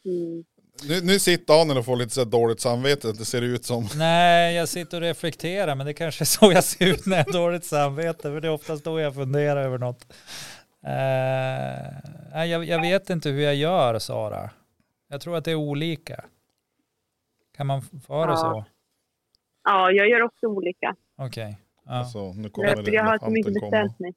Speaker 3: Mm.
Speaker 2: Nu, nu sitter Daniel och får lite så här dåligt samvete, det ser ut som.
Speaker 1: Nej, jag sitter och reflekterar, men det kanske är så jag ser ut när jag har dåligt samvete, för det är oftast då jag funderar över något. Eh, nej, jag, jag vet inte hur jag gör, Sara. Jag tror att det är olika. Kan man f- få ha det
Speaker 3: Ja.
Speaker 1: så?
Speaker 3: Ja, jag gör också olika.
Speaker 1: Okej. Ja.
Speaker 2: Alltså, nu kommer
Speaker 3: Därför
Speaker 2: det,
Speaker 3: jag har så
Speaker 2: elefanten
Speaker 3: mycket
Speaker 2: komma.
Speaker 3: bestämt mig.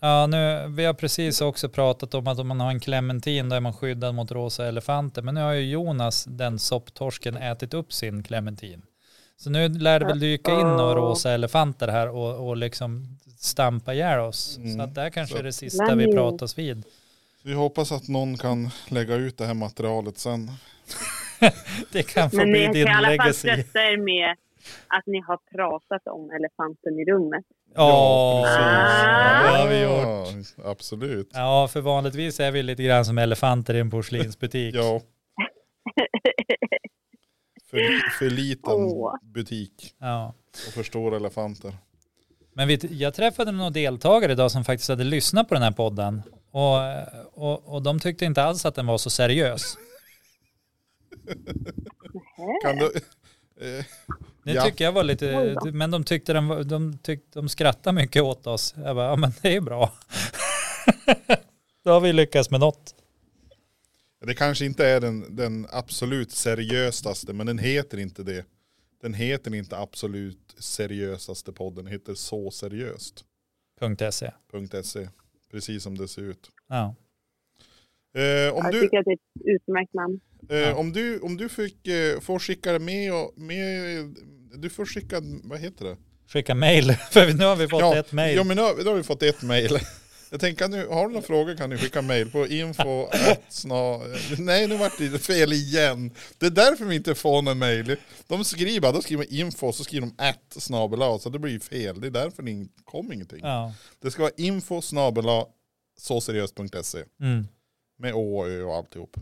Speaker 1: Ja, nu, vi har precis också pratat om att om man har en clementin då är man skyddad mot rosa elefanter. Men nu har ju Jonas, den sopptorsken, ätit upp sin clementin. Så nu lär det väl dyka in några rosa elefanter här och, och liksom stampa ihjäl oss.
Speaker 2: Mm.
Speaker 1: Så att det här kanske
Speaker 2: Så-
Speaker 1: är det sista vi
Speaker 3: Nej.
Speaker 1: pratas vid.
Speaker 2: Vi hoppas att någon kan lägga ut det här materialet sen.
Speaker 1: Det kan få
Speaker 3: Men ni
Speaker 1: bli
Speaker 3: kan
Speaker 1: din
Speaker 3: i alla fall
Speaker 1: legacy.
Speaker 3: trösta er med att ni har pratat om elefanten i rummet.
Speaker 1: Ja,
Speaker 2: precis.
Speaker 1: det har vi gjort.
Speaker 2: Ja, absolut.
Speaker 1: Ja, för vanligtvis är vi lite grann som elefanter i en porslinsbutik.
Speaker 2: Ja. För, för liten
Speaker 3: Åh.
Speaker 2: butik
Speaker 1: Ja.
Speaker 2: och för stora elefanter.
Speaker 1: Men vet, du, jag träffade några deltagare idag som faktiskt hade lyssnat på den här podden och, och, och de tyckte inte alls att den var så seriös.
Speaker 2: Kan du... Eh,
Speaker 1: Det
Speaker 2: Ja.
Speaker 1: tycker jag var
Speaker 3: Oj
Speaker 1: lite,
Speaker 3: då.
Speaker 1: men de tyckte den var, de, tyckte, de skrattade mycket åt oss. Jag bara, ja men det är ju bra. [LAUGHS] Då har vi lyckats med något.
Speaker 2: det kanske inte är den, den absolut seriösaste, men den heter inte det. Den heter inte absolut seriösaste podden, den heter så seriöst.se.
Speaker 1: Punkt .se.
Speaker 2: E, Precis som det ser ut.
Speaker 1: Ja.
Speaker 2: Eh, om
Speaker 3: jag
Speaker 2: du...
Speaker 3: tycker att det är ett utmärkt namn.
Speaker 2: Eh,
Speaker 1: Ja.
Speaker 2: Om du, om du fick, eh, får skicka det med och med, du får skicka, vad heter det?
Speaker 1: Skicka mail, [LAUGHS] för nu har vi fått ett mail.
Speaker 2: Ja men nu, har- då har vi fått ett mail. Jag tänker, kan du, har du några frågor kan du skicka mail på info sna, Nej nu vart det fel igen. Det är därför vi inte får någon mail. De skriver, bara, då skriver de info så skriver de att snabel A, så det blir ju fel. Det är därför det in- kom ingenting.
Speaker 1: Ja.
Speaker 2: Det ska vara info snabel A, såseriöst.se.
Speaker 1: Mm.
Speaker 2: Med Å och Ö och alltihop.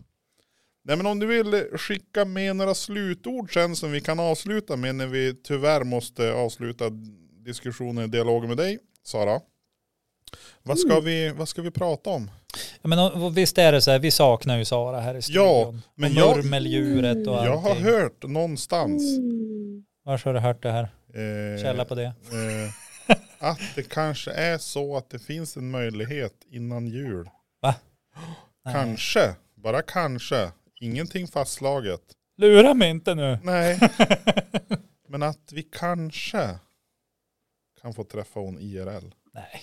Speaker 2: Nej men om du vill skicka med några slutord sen som vi kan avsluta med när vi tyvärr måste avsluta diskussionen och dialogen med dig, Sara. Vad ska,
Speaker 1: Mm.
Speaker 2: vi, vad ska vi prata om?
Speaker 1: Ja, men och- och visst är det så här, vi saknar ju Sara här i studion.
Speaker 2: men
Speaker 1: och
Speaker 2: jag-
Speaker 1: murmeldjuret och
Speaker 2: Jag har
Speaker 1: allting.
Speaker 2: hört någonstans
Speaker 3: Mm.
Speaker 1: Var har du hört det här?
Speaker 2: eh,
Speaker 1: Källa på det.
Speaker 2: eh, att det kanske är så att det finns en möjlighet innan jul.
Speaker 1: Va?
Speaker 2: Kanske, bara kanske. Ingenting fastslaget.
Speaker 1: Lura mig inte nu.
Speaker 2: Nej. Men att vi kanske kan få träffa hon IRL.
Speaker 1: Nej,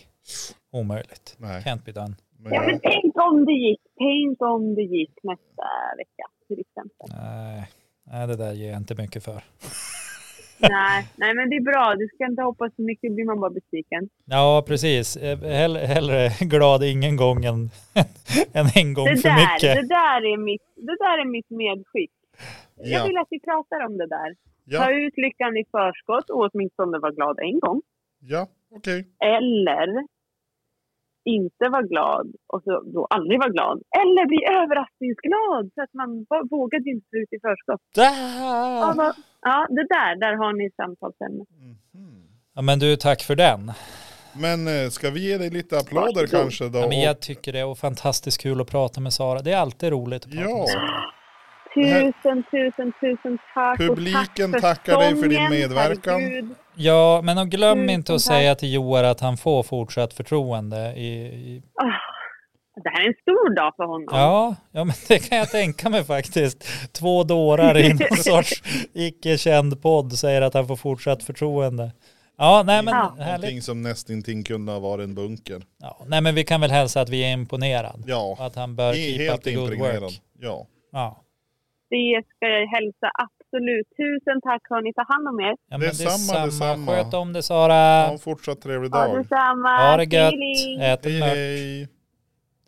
Speaker 1: omöjligt.
Speaker 2: Nej.
Speaker 1: Can't be done.
Speaker 2: Men
Speaker 3: Ja, men
Speaker 2: jag,
Speaker 3: tänk om det gick. Tänk om det gick nästa vecka till exempel.
Speaker 1: Nej. Nej, det där ger jag inte mycket för.
Speaker 3: Nej, nej men det är bra. Du ska inte hoppas så mycket. Då blir man bara besviken.
Speaker 1: Ja, precis. Eh, Hell, hellre glad ingen gång än, [LAUGHS] än en gång
Speaker 3: Det
Speaker 1: för
Speaker 3: där,
Speaker 1: mycket.
Speaker 3: det, där är mitt, det där är mitt medskick. Jag
Speaker 2: Ja.
Speaker 3: vill att vi pratar om det där. Ta
Speaker 2: ja,
Speaker 3: ut lyckan i förskott och åtminstone vara glad en gång.
Speaker 2: ja okej.
Speaker 3: Eller inte vara glad och så då aldrig vara glad. Eller bli överraskningsglad så att man va- vågade inte ta ut i förskott. Ja,
Speaker 1: Där!
Speaker 3: va- ja, det där, där har ni samtalsämne.
Speaker 2: Mhm.
Speaker 1: Ja, men du, tack för den.
Speaker 2: Men eh, ska vi ge dig lite applåder kanske då?
Speaker 1: Ja, men jag tycker det är fantastiskt kul att prata med Sara. Det är alltid roligt att prata med
Speaker 2: ja.
Speaker 1: Sara.
Speaker 3: Tusen, tusen, tusen tack. och
Speaker 2: Publiken
Speaker 3: tack för
Speaker 2: tackar dig för din
Speaker 3: sången.
Speaker 2: medverkan.
Speaker 3: Herregud.
Speaker 1: Ja, men och glöm
Speaker 3: Mm,
Speaker 1: inte att
Speaker 3: tack.
Speaker 1: säga till Joar att han får fortsatt förtroende. I, i,
Speaker 3: Det här är en stor dag för honom.
Speaker 1: ja, ja, men det kan jag tänka mig faktiskt. Två dårar i
Speaker 3: [LAUGHS]
Speaker 1: någon sorts icke-känd podd säger att han får fortsatt förtroende. Ja, nej men,
Speaker 3: Ja.
Speaker 1: härligt.
Speaker 2: Någonting som nästintill kunde ha varit en bunker.
Speaker 1: Ja, nej, men vi kan väl hälsa att vi är imponerad. Och
Speaker 2: Ja,
Speaker 1: att han bör
Speaker 2: i-
Speaker 1: keep up
Speaker 2: helt
Speaker 1: the good
Speaker 2: impregnerad.
Speaker 1: work.
Speaker 2: Ja.
Speaker 1: Ja.
Speaker 3: Det ska jag hälsa absolut. Tusen tack hörni, ta hand om er.
Speaker 1: Ja, men
Speaker 2: Detsamma,
Speaker 1: detsamma,
Speaker 2: detsamma.
Speaker 1: Sköt om det Sara.
Speaker 2: Ha en fortsatt trevlig
Speaker 3: Ha
Speaker 2: dag.
Speaker 3: detsamma.
Speaker 1: ha det gött.
Speaker 3: Feeling.
Speaker 1: Ät en
Speaker 2: Hej
Speaker 1: mört.
Speaker 2: hej.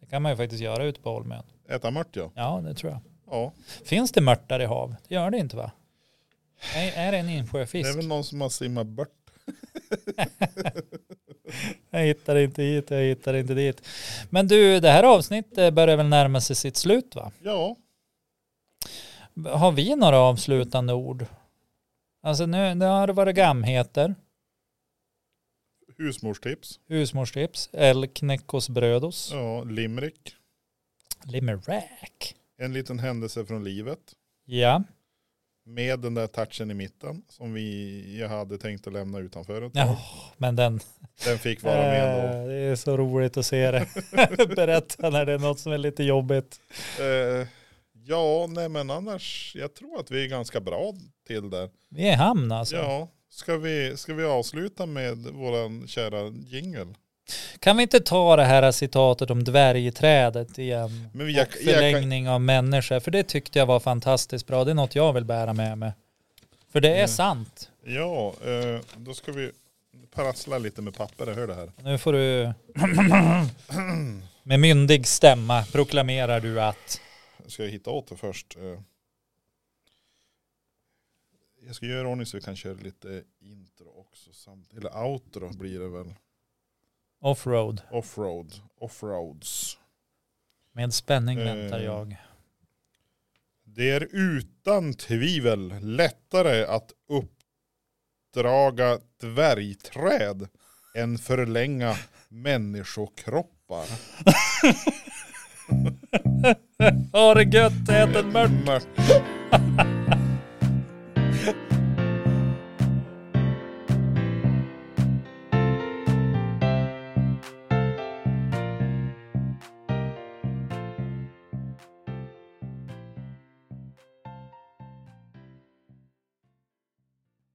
Speaker 1: Det kan man ju faktiskt göra ute på Holmön.
Speaker 2: Äta mört ja.
Speaker 1: Ja, det tror jag.
Speaker 2: Ja.
Speaker 1: Finns det mörtar i hav? Det gör det inte va? Nej, är det en
Speaker 2: Det är
Speaker 1: insjöfisk?
Speaker 2: väl någon som har simmat bort.
Speaker 1: Jag hittar inte hit, jag hittar inte dit. Men du, det här avsnittet börjar väl närma sig sitt slut va?
Speaker 2: Ja.
Speaker 1: Har vi några avslutande ord? Alltså nu, nu har det varit gamheter,
Speaker 2: Husmorstips.
Speaker 1: husmorstips, el knäckos brödos,
Speaker 2: Ja. Limerick.
Speaker 1: limerack.
Speaker 2: En liten händelse från livet.
Speaker 1: Ja,
Speaker 2: Med den där touchen i mitten som vi, jag hade tänkt att lämna utanför. ett tag.
Speaker 1: ja men den,
Speaker 2: Den fick vara med ändå.
Speaker 1: Eh, Det är så roligt att se
Speaker 2: [LAUGHS]
Speaker 1: det. Berätta när det är något som är lite jobbigt.
Speaker 2: Eh, ja, nej men annars, jag tror att vi är ganska bra till där.
Speaker 1: Vi är i hamn alltså.
Speaker 2: Ja, ska vi, ska vi avsluta med våran kära jingel?
Speaker 1: Kan vi inte ta det här citatet om dvärgträdet igen?
Speaker 2: Men jag-
Speaker 1: och
Speaker 2: jag kan-
Speaker 1: förlängning av människor, för det tyckte jag var fantastiskt bra. Det är något jag vill bära med mig. För det är
Speaker 2: Mm.
Speaker 1: sant.
Speaker 2: Ja, eh, då ska vi prassla lite med papper, hör det här.
Speaker 1: Nu får du med myndig stämma proklamerar du att
Speaker 2: Ska jag hitta åt det först? Eh, jag ska göra i ordning så vi kan köra lite intro också, samt, eller outro blir det väl.
Speaker 1: offroad
Speaker 2: Offroad, offroads.
Speaker 1: med spänning
Speaker 2: Eh.
Speaker 1: väntar jag.
Speaker 2: Det är utan tvivel lättare att uppdraga dvärgträd än förlänga människokroppar.
Speaker 1: Ha det gött, ät en mört.
Speaker 2: Mört.